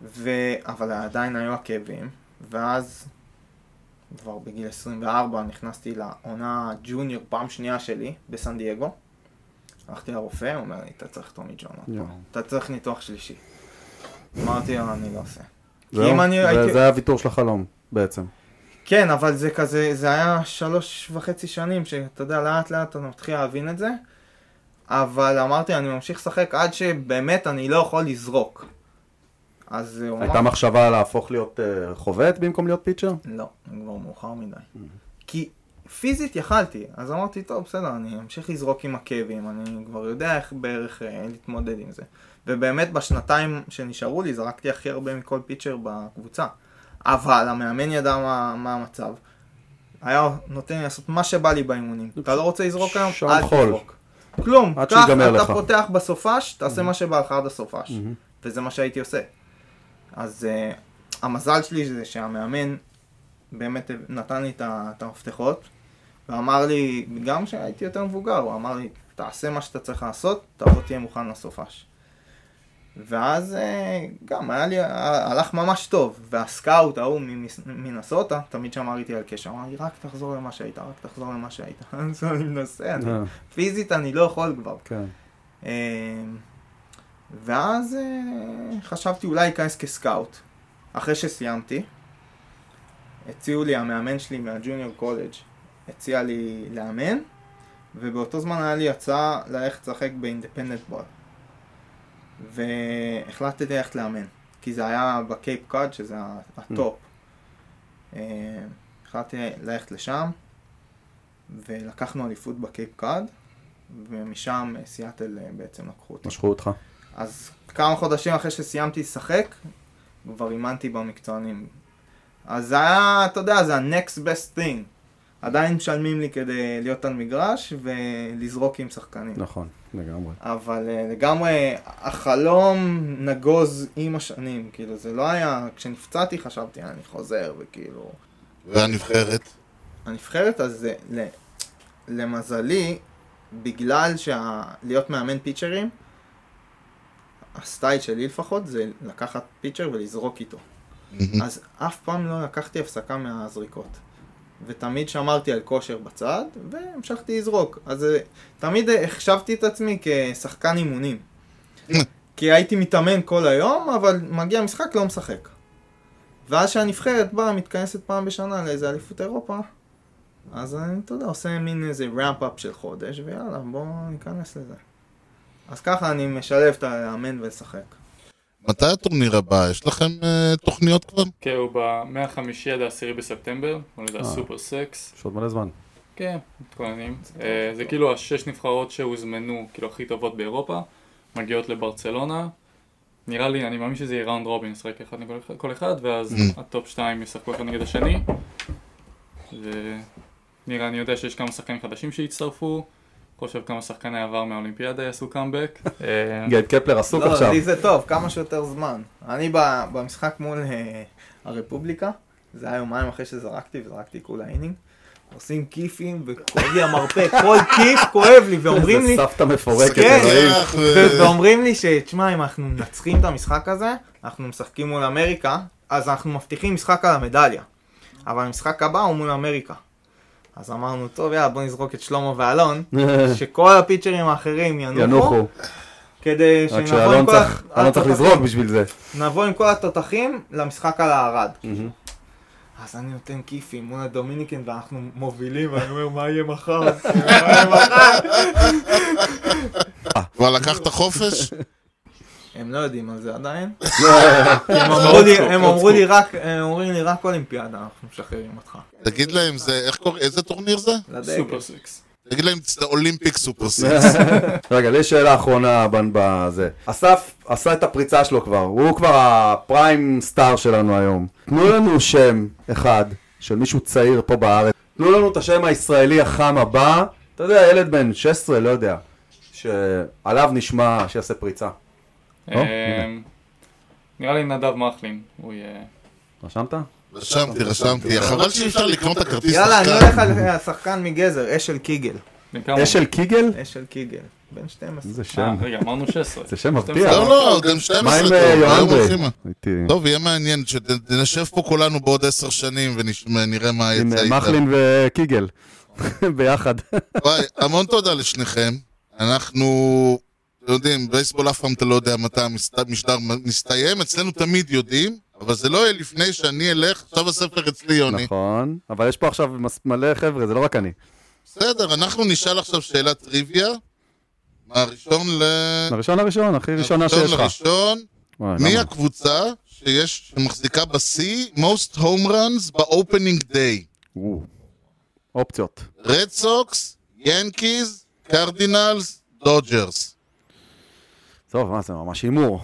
Speaker 5: ו... אבל עדיין היו הכאבים, ואז כבר בגיל 24 נכנסתי לעונה ג'וניור פעם שנייה שלי בסן דייגו. הלכתי לרופא, הוא אומר לי, אתה צריך טומי ג'ון, עוד פעם.
Speaker 4: יואו.
Speaker 5: אתה צריך ניתוח שלישי. אמרתי לו, אני לא עושה.
Speaker 4: זהו?
Speaker 5: אם אני
Speaker 4: זה-
Speaker 5: הייתי-
Speaker 4: זה היה הוויתור של החלום, בעצם.
Speaker 5: כן, אבל זה כזה, זה היה שלוש וחצי שנים, שאתה יודע, לאט לאט אתה מתחיל להבין את זה. אבל אמרתי, אני ממשיך לשחק עד שבאמת אני לא יכול לזרוק. אז הוא אמר...
Speaker 4: הייתה מחשבה להפוך להיות אה, חובט במקום להיות פיצ'ר?
Speaker 5: לא, כבר מאוחר מדי.
Speaker 4: Mm-hmm.
Speaker 5: כי פיזית יכלתי, אז אמרתי, טוב, בסדר, אני אמשיך לזרוק עם הכאבים, אני כבר יודע איך בערך אה, להתמודד עם זה. ובאמת בשנתיים שנשארו לי זרקתי הכי הרבה מכל פיצ'ר בקבוצה. אבל המאמן ידע מה, מה המצב. היה נותן לי לעשות מה שבא לי באימונים. אתה לא רוצה לזרוק היום?
Speaker 4: שעון
Speaker 5: אל
Speaker 4: חול.
Speaker 5: תזרוק. כלום,
Speaker 4: עד
Speaker 5: קח,
Speaker 4: שיגמר
Speaker 5: אתה
Speaker 4: לך.
Speaker 5: פותח בסופש, תעשה מה שבא לך עד הסופש. וזה מה שהייתי עושה. אז uh, המזל שלי זה שהמאמן באמת נתן לי את ה- את המפתחות, ואמר לי, גם כשהייתי יותר מבוגר, הוא אמר לי, תעשה מה שאתה צריך לעשות, תבוא תהיה מוכן לסופש. ואז אה, גם היה לי, הלך ממש טוב, והסקאוט ההוא ממס- מנסוטה תמיד שמר איתי על קשר, אמר לי רק תחזור למה שהיית, רק תחזור למה שהיית, אז אני מנסה, אני-
Speaker 4: אה,
Speaker 5: פיזית אני לא יכול כבר.
Speaker 4: כן.
Speaker 5: אמ, ואז אה, חשבתי אולי אכנס כסקאוט. אחרי שסיימתי, הציעו לי, המאמן שלי מהג'וניור קולג' הציע לי לאמן, ובאותו זמן היה לי הצעה ללכת לשחק באינדפנדנט בול. והחלטתי ללכת לאמן, כי זה היה בקייפ קאד, שזה הטופ. אמ, החלטתי ללכת לשם, ולקחנו אליפות בקייפ קאד, ומשם אה, סיאטל אה, בעצם לקחו אותי.
Speaker 4: משכו אותך.
Speaker 5: אז כמה חודשים אחרי שסיימתי לשחק, כבר אימנתי במקצוענים. אז זה היה, אתה יודע, זה ה-next best thing. עדיין משלמים לי כדי להיות על מגרש ולזרוק עם שחקנים.
Speaker 4: נכון, לגמרי.
Speaker 5: אבל אה, לגמרי, החלום נגוז עם השנים. כאילו, זה לא היה, כשנפצעתי חשבתי, אני חוזר, וכאילו...
Speaker 1: והנבחרת?
Speaker 5: הנבחרת אז זה, ל- למזלי, בגלל שלהיות מאמן פיצ'רים, הסטייל שלי לפחות זה לקחת פיצ'ר ולזרוק איתו. אז אף פעם לא לקחתי הפסקה מהזריקות. ותמיד שמרתי על כושר בצד, והמשכתי לזרוק. אז אה, תמיד אה, החשבתי את עצמי כשחקן אימונים. כי הייתי מתאמן כל היום, אבל מגיע משחק, לא משחק. ואז שהנבחרת באה, מתכנסת פעם בשנה לאיזה אליפות אירופה, אז אני, אתה יודע, עושה מין איזה ראמפ-אפ של חודש, ויאללה, בואו ניכנס לזה. אז ככה אני משלב את הלאמן ולשחק.
Speaker 1: מתי הטורניר הבא? יש לכם אה, תוכניות כבר?
Speaker 2: כן, הוא ב-105 עד ה-10 בספטמבר, הוא לדעת סופר סקס.
Speaker 4: יש עוד מלא זמן.
Speaker 2: כן, מתכוננים. אה, זה כאילו השש נבחרות שהוזמנו, כאילו הכי טובות באירופה, מגיעות לברצלונה. נראה לי, אני מאמין שזה יהיה ראונד רובין, נשחק אחד נגד כל אחד, ואז
Speaker 4: Mm.
Speaker 2: הטופ שתיים ישחקו אחד נגד השני. ונראה, אני יודע שיש כמה שחקנים חדשים שהצטרפו. חושב כמה שחקני עבר מהאולימפיאדה יעשו קאמבק. אה,
Speaker 4: גייד קפלר עסוק
Speaker 5: לא,
Speaker 4: עכשיו.
Speaker 5: לי זה טוב, כמה שיותר זמן. אני ב- במשחק מול אה, הרפובליקה, זה היה יומיים אחרי שזרקתי, וזרקתי כולה אינינג. עושים כיפים, וכואב לי המרפא, כל כיף כואב לי, ואומרים לי,
Speaker 4: איזה סבתא מפורקת,
Speaker 5: כן.
Speaker 4: אלוהים.
Speaker 1: ירח,
Speaker 5: ו-
Speaker 1: אה,
Speaker 5: ואומרים לי שתשמע, אם אנחנו מנצחים את המשחק הזה, אנחנו משחקים מול אמריקה, אז אנחנו מבטיחים משחק על המדליה. אבל המשחק הבא הוא מול אמריקה. אז אמרנו, טוב, יאללה, בוא נזרוק את שלמה ואלון, שכל הפיצ'רים האחרים ינוחו,
Speaker 4: ינוחו.
Speaker 5: כדי
Speaker 4: רק
Speaker 5: שנבוא עם
Speaker 4: שאלון
Speaker 5: כל
Speaker 4: צריך-
Speaker 5: הת-
Speaker 4: אלון צריך
Speaker 5: התותחים.
Speaker 4: לזרוק בשביל זה.
Speaker 5: נבוא עם כל התותחים למשחק על הערד. אז אני נותן כיפים מול הדומיניקן ואנחנו מובילים, ואני אומר, מה יהיה מחר? מה יהיה מחר?
Speaker 1: כבר לקחת חופש?
Speaker 5: הם לא יודעים על זה עדיין. הם אמרו לי-
Speaker 2: סקופ,
Speaker 5: הם
Speaker 2: עוד
Speaker 5: אמרו לי
Speaker 2: סקופ.
Speaker 5: רק, הם אומרים לי רק אולימפיאדה, אנחנו משחררים אותך.
Speaker 1: תגיד להם, זה, איך קורא, איזה טורניר זה?
Speaker 5: לדגל.
Speaker 2: סופר סיקס.
Speaker 1: תגיד להם, זה אולימפיק סופרסקס.
Speaker 4: רגע, לי שאלה אחרונה בנ- בזה. אסף עשה את הפריצה שלו כבר, הוא כבר הפריים סטאר שלנו היום. תנו לנו שם אחד של מישהו צעיר פה בארץ. תנו לנו את השם הישראלי החם הבא. אתה יודע, ילד בן 16, לא יודע. שעליו נשמע שיעשה פריצה. או,
Speaker 2: אה, נראה לי נדב מחלין, הוא יהיה...
Speaker 4: רשמת?
Speaker 1: רשמתי, רשמתי. חבל שאי אפשר לקנות את הכרטיס
Speaker 5: יאללה, אני
Speaker 1: שחקן.
Speaker 5: הולך על השחקן מגזר, אשל קיגל.
Speaker 2: בן כמה הוא?
Speaker 4: אשל קיגל?
Speaker 5: אשל קיגל, בן 12.
Speaker 4: איזה
Speaker 2: אה,
Speaker 4: שם.
Speaker 2: רגע, אמרנו 16.
Speaker 4: זה שם מבטיח.
Speaker 2: 12.
Speaker 1: לא, לא, גם
Speaker 4: מה
Speaker 1: 12
Speaker 4: עם
Speaker 1: טוב.
Speaker 4: אה,
Speaker 1: היום הולכים.
Speaker 4: יואנדרי? איתי.
Speaker 1: טוב, יהיה מעניין, שנשב פה כולנו בעוד עשר שנים ונראה מה
Speaker 4: עם
Speaker 1: יצא
Speaker 4: אה,
Speaker 1: איתם.
Speaker 4: מחלין וקיגל. ביחד.
Speaker 1: וואי, המון תודה לשניכם. אנחנו, אתם יודעים, בייסבול אף פעם אתה לא יודע מתי המסת- המשדר מסתיים, אצלנו תמיד יודעים, אבל זה לא יהיה לפני שאני אלך, עכשיו הספר אצלי, יוני.
Speaker 4: נכון. אבל יש פה עכשיו מס- מלא חבר'ה, זה לא רק אני.
Speaker 1: בסדר, אנחנו נשאל עכשיו שאלת טריוויה. מהראשון ל...
Speaker 4: הראשון לראשון, הכי ראשונה שיש לך.
Speaker 1: לראשון,
Speaker 4: וואי,
Speaker 1: מי
Speaker 4: למה?
Speaker 1: הקבוצה שיש, שמחזיקה בשיא most home runs ב-opening day?
Speaker 4: וואו. אופציות.
Speaker 1: רד סוקס, ינקיז, קרדינלס, דודג'רס.
Speaker 4: טוב, מה זה ממש הימור.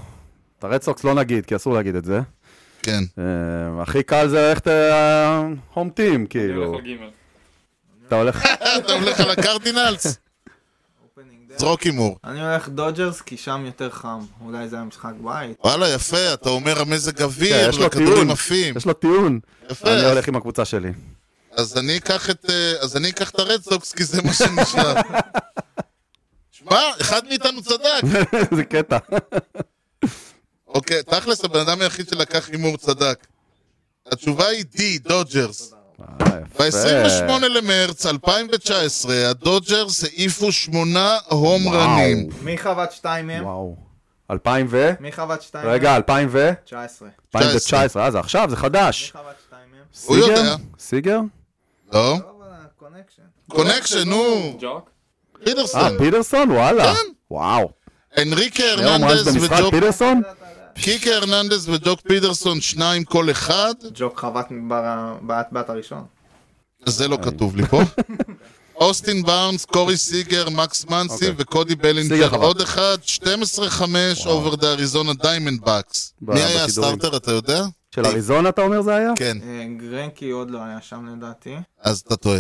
Speaker 4: את הרד סוקס לא נגיד, כי אסור להגיד את זה.
Speaker 1: כן.
Speaker 4: אה, הכי קל זה ללכת הום
Speaker 2: אני
Speaker 4: טים,
Speaker 2: הולך
Speaker 4: כאילו.
Speaker 2: על ג'.
Speaker 4: אתה הולך...
Speaker 1: אתה הולך על הקרדינלס? זרוק הימור.
Speaker 5: אני הולך דודג'רס כי שם יותר חם, אולי זה המשחק בית.
Speaker 1: וואלה, יפה, אתה אומר המזג
Speaker 4: כן,
Speaker 1: אוויר,
Speaker 4: יש לו
Speaker 1: הכדורים
Speaker 4: טיעון.
Speaker 1: עפים.
Speaker 4: יש לו טיעון.
Speaker 1: יפה,
Speaker 4: אני
Speaker 1: אז-
Speaker 4: הולך עם הקבוצה שלי.
Speaker 1: אז אני אקח את אה, אז אני אקח את הרד סוקס, כי זה מה שנשאר. שמע, אחד מאיתנו צדק.
Speaker 4: זה קטע.
Speaker 1: אוקיי, תכלס, הבן אדם היחיד שלקח הימור צדק. התשובה היא D, דודג'רס.
Speaker 4: אה, יפה.
Speaker 1: ב-28 למרץ 2019, הדודג'רס העיפו שמונה הום רנים.
Speaker 5: מי חוות שתיים מהם?
Speaker 4: וואו. 2000 ו...
Speaker 5: מי חוות שתיים מהם?
Speaker 4: רגע, 2000 ו...
Speaker 5: 19. מי
Speaker 4: 2019. אה, זה עכשיו, זה חדש.
Speaker 5: חוות שתיים מהם?
Speaker 1: הוא
Speaker 4: סיגר?
Speaker 1: יודע.
Speaker 4: סיגר?
Speaker 1: לא?
Speaker 5: לא, אבל הקונקשן.
Speaker 1: קונקשן, נו,
Speaker 2: ג'וק?
Speaker 4: אה,
Speaker 1: פיטרסון.
Speaker 4: פיטרסון? וואלה.
Speaker 1: כן.
Speaker 4: וואו.
Speaker 1: אנריקה
Speaker 4: היום רק
Speaker 1: הרננדז
Speaker 4: במשחק
Speaker 1: וג'וק
Speaker 4: פיטרסון?
Speaker 1: קיקה הרננדז וג'וק פיטרסון, שניים כל אחד.
Speaker 5: ג'וק חוות בעט בעט הראשון.
Speaker 1: זה
Speaker 4: אה.
Speaker 1: לא כתוב לי פה. אוסטין בארנס, קורי סיגר, מקס מנסי
Speaker 4: אוקיי.
Speaker 1: וקודי
Speaker 4: סיגר
Speaker 1: בלינג'ר,
Speaker 4: חבל.
Speaker 1: עוד אחד, 12-5 אובר דה אריזונה דיימנד בקס.
Speaker 4: ב-
Speaker 1: מי היה
Speaker 4: בשידורים.
Speaker 1: הסטארטר, אתה יודע?
Speaker 4: של אריזונה אתה אומר זה היה?
Speaker 1: כן,
Speaker 5: אה, גרנקי עוד לא היה שם לדעתי.
Speaker 1: אז אתה טועה.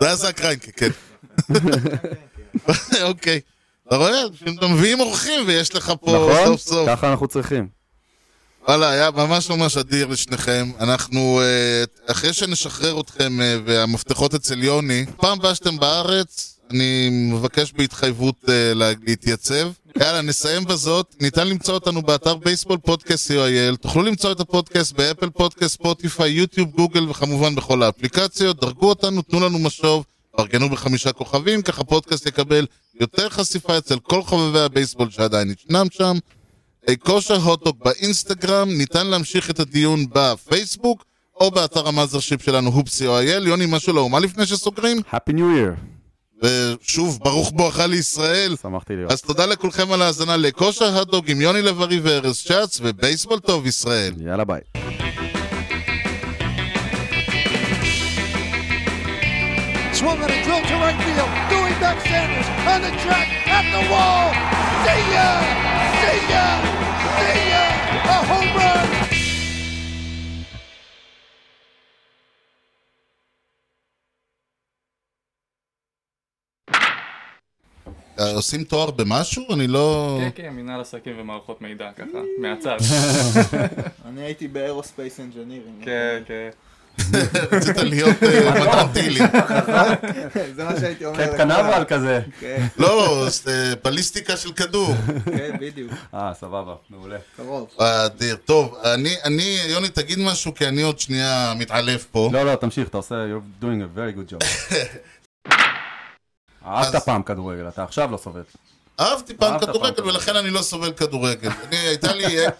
Speaker 1: זה היה זק ריינקה, כן. אוקיי. אתה רואה? אתם מביאים אורחים ויש לך פה
Speaker 4: נכון?
Speaker 1: כן, סוף סוף.
Speaker 4: ככה אנחנו צריכים.
Speaker 1: וואלה, היה ממש ממש אדיר לשניכם. אנחנו, אה, אחרי שנשחרר אתכם אה, והמפתחות אצל יוני, פעם הבאה שאתם בארץ, אני מבקש בהתחייבות אה, לה- להתייצב. יאללה, נסיים בזאת. ניתן למצוא אותנו באתר בייסבול פודקאסט co.il. תוכלו למצוא את הפודקאסט באפל פודקאסט, ספוטיפיי, יוטיוב, גוגל וכמובן בכל האפליקציות. דרגו אותנו, תנו לנו משוב, ארגנו בחמישה כוכבים, כך הפודקאסט יקבל יותר חשיפה אצל כל חובבי הבייסבול שעדיין ישנם שם. אה, כושר הוטדוק באינסטגרם, ניתן להמשיך את הדיון בפייסבוק או באתר המאזרשיפ שלנו, הופסי או אייל. יוני, משהו לאומה לפני שסוגרים?
Speaker 4: Happy New Year.
Speaker 1: ושוב, ברוך בואך לישראל.
Speaker 4: שמחתי להיות.
Speaker 1: אז תודה לכולכם על ההאזנה לכושר הדוג עם יוני לב-ארי וארז שץ, ובייסבול טוב ישראל.
Speaker 4: יאללה ביי.
Speaker 3: Swung on a drill to right field. Doing back Sanders on the track at the wall. See ya! See ya! See ya! A home run!
Speaker 1: אה, עושים תואר במשהו? אני לא...
Speaker 2: כן, כן, מנהל עסקים ומערכות מידע, ככה, מהצד.
Speaker 5: אני הייתי באירוספייס אנג'ינירינג.
Speaker 2: כן, כן.
Speaker 1: רצית להיות אה, מדען טילים.
Speaker 5: זה מה שהייתי אומר.
Speaker 4: קט
Speaker 5: לכולם.
Speaker 4: קנברל כזה.
Speaker 5: כן,
Speaker 1: לא, זה בליסטיקה של כדור.
Speaker 5: כן, בדיוק.
Speaker 4: אה, סבבה, מעולה.
Speaker 5: קרוב.
Speaker 1: אדיר. טוב, אני, אני, יוני, תגיד משהו, כי אני עוד שנייה מתעלף פה.
Speaker 4: לא, לא, תמשיך, אתה עושה, you're doing a very good job. אהבת פעם כדורגל, אתה עכשיו לא סובב.
Speaker 1: כאילו- אהבתי פעם
Speaker 4: אהבת פעם
Speaker 1: כדורגל,
Speaker 4: כדורגל.
Speaker 1: ולכן אני לא סובל כדורגל. אני, הייתה לי... אה,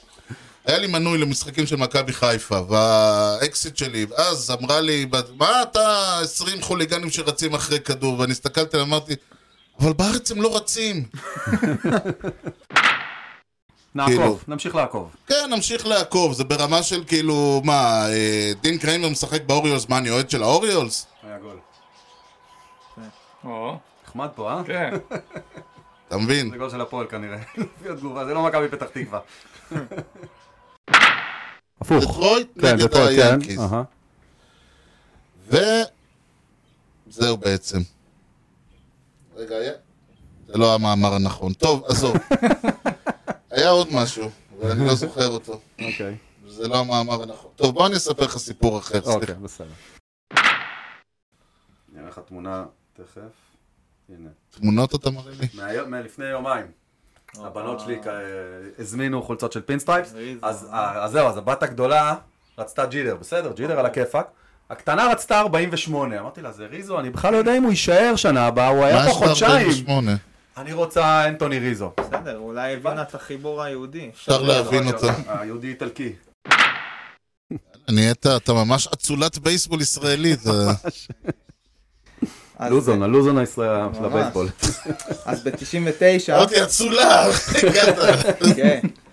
Speaker 1: היה לי מנוי למשחקים של מכבי חיפה, והאקסיט שלי, אז אמרה לי, מה אתה 20 חוליגנים שרצים אחרי כדור? ואני הסתכלתי ואמרתי, אבל בארץ הם לא רצים. כאילו.
Speaker 4: נעקוב, נמשיך לעקוב.
Speaker 1: כן, נמשיך לעקוב, זה ברמה של כאילו, מה, אה, דין קריימר משחק באוריולס, מה, אני אוהד של האוריולס?
Speaker 4: היה גול.
Speaker 2: או,
Speaker 4: נחמד פה, אה?
Speaker 2: כן.
Speaker 1: אתה מבין?
Speaker 4: זה גול של הפועל כנראה. לפי התגובה, זה לא מכבי פתח תקווה. הפוך.
Speaker 1: דטרויט
Speaker 4: כן,
Speaker 1: נגד
Speaker 4: דטרויט, כן.
Speaker 1: היאנקיז.
Speaker 4: אהה.
Speaker 1: וזהו בעצם. רגע, היה? זה לא המאמר הנכון. טוב, עזוב. היה עוד משהו, אבל אני לא זוכר אותו.
Speaker 4: אוקיי.
Speaker 1: זה לא המאמר הנכון. טוב, בוא אני אספר לך סיפור אחר, סליחה.
Speaker 4: אוקיי, בסדר. אני אראה לך תמונה תכף. הנה.
Speaker 1: תמונות אתה מראה לי?
Speaker 4: מהיום- מלפני יומיים. הבנות שלי כ- הזמינו חולצות של פינסטרייפס,
Speaker 5: איזה
Speaker 4: אז אה, אז זהו, אז הבת הגדולה רצתה ג'ידר, בסדר, ג'ידר על הכיפאק. הקטנה רצתה 48, אמרתי לה, זה ריזו, אני בכלל לא יודע אם הוא יישאר שנה הבאה, הוא היה
Speaker 1: מה
Speaker 4: פה
Speaker 1: יש
Speaker 4: חודשיים.
Speaker 1: ב-48?
Speaker 4: אני רוצה אנטוני ריזו.
Speaker 5: בסדר, אולי הבינה את החיבור היהודי.
Speaker 1: אפשר להבין אותו.
Speaker 4: היהודי איטלקי.
Speaker 1: נהיית, אתה ממש אצולת בייסבול ישראלית. זה-
Speaker 5: אז-
Speaker 4: לוזון, אה? הלוזון הישראלי של
Speaker 5: ממש.
Speaker 4: הבייסבול.
Speaker 5: אז ב-99,
Speaker 1: אמרתי, אצולה! אוקיי, הגעת.
Speaker 5: כן,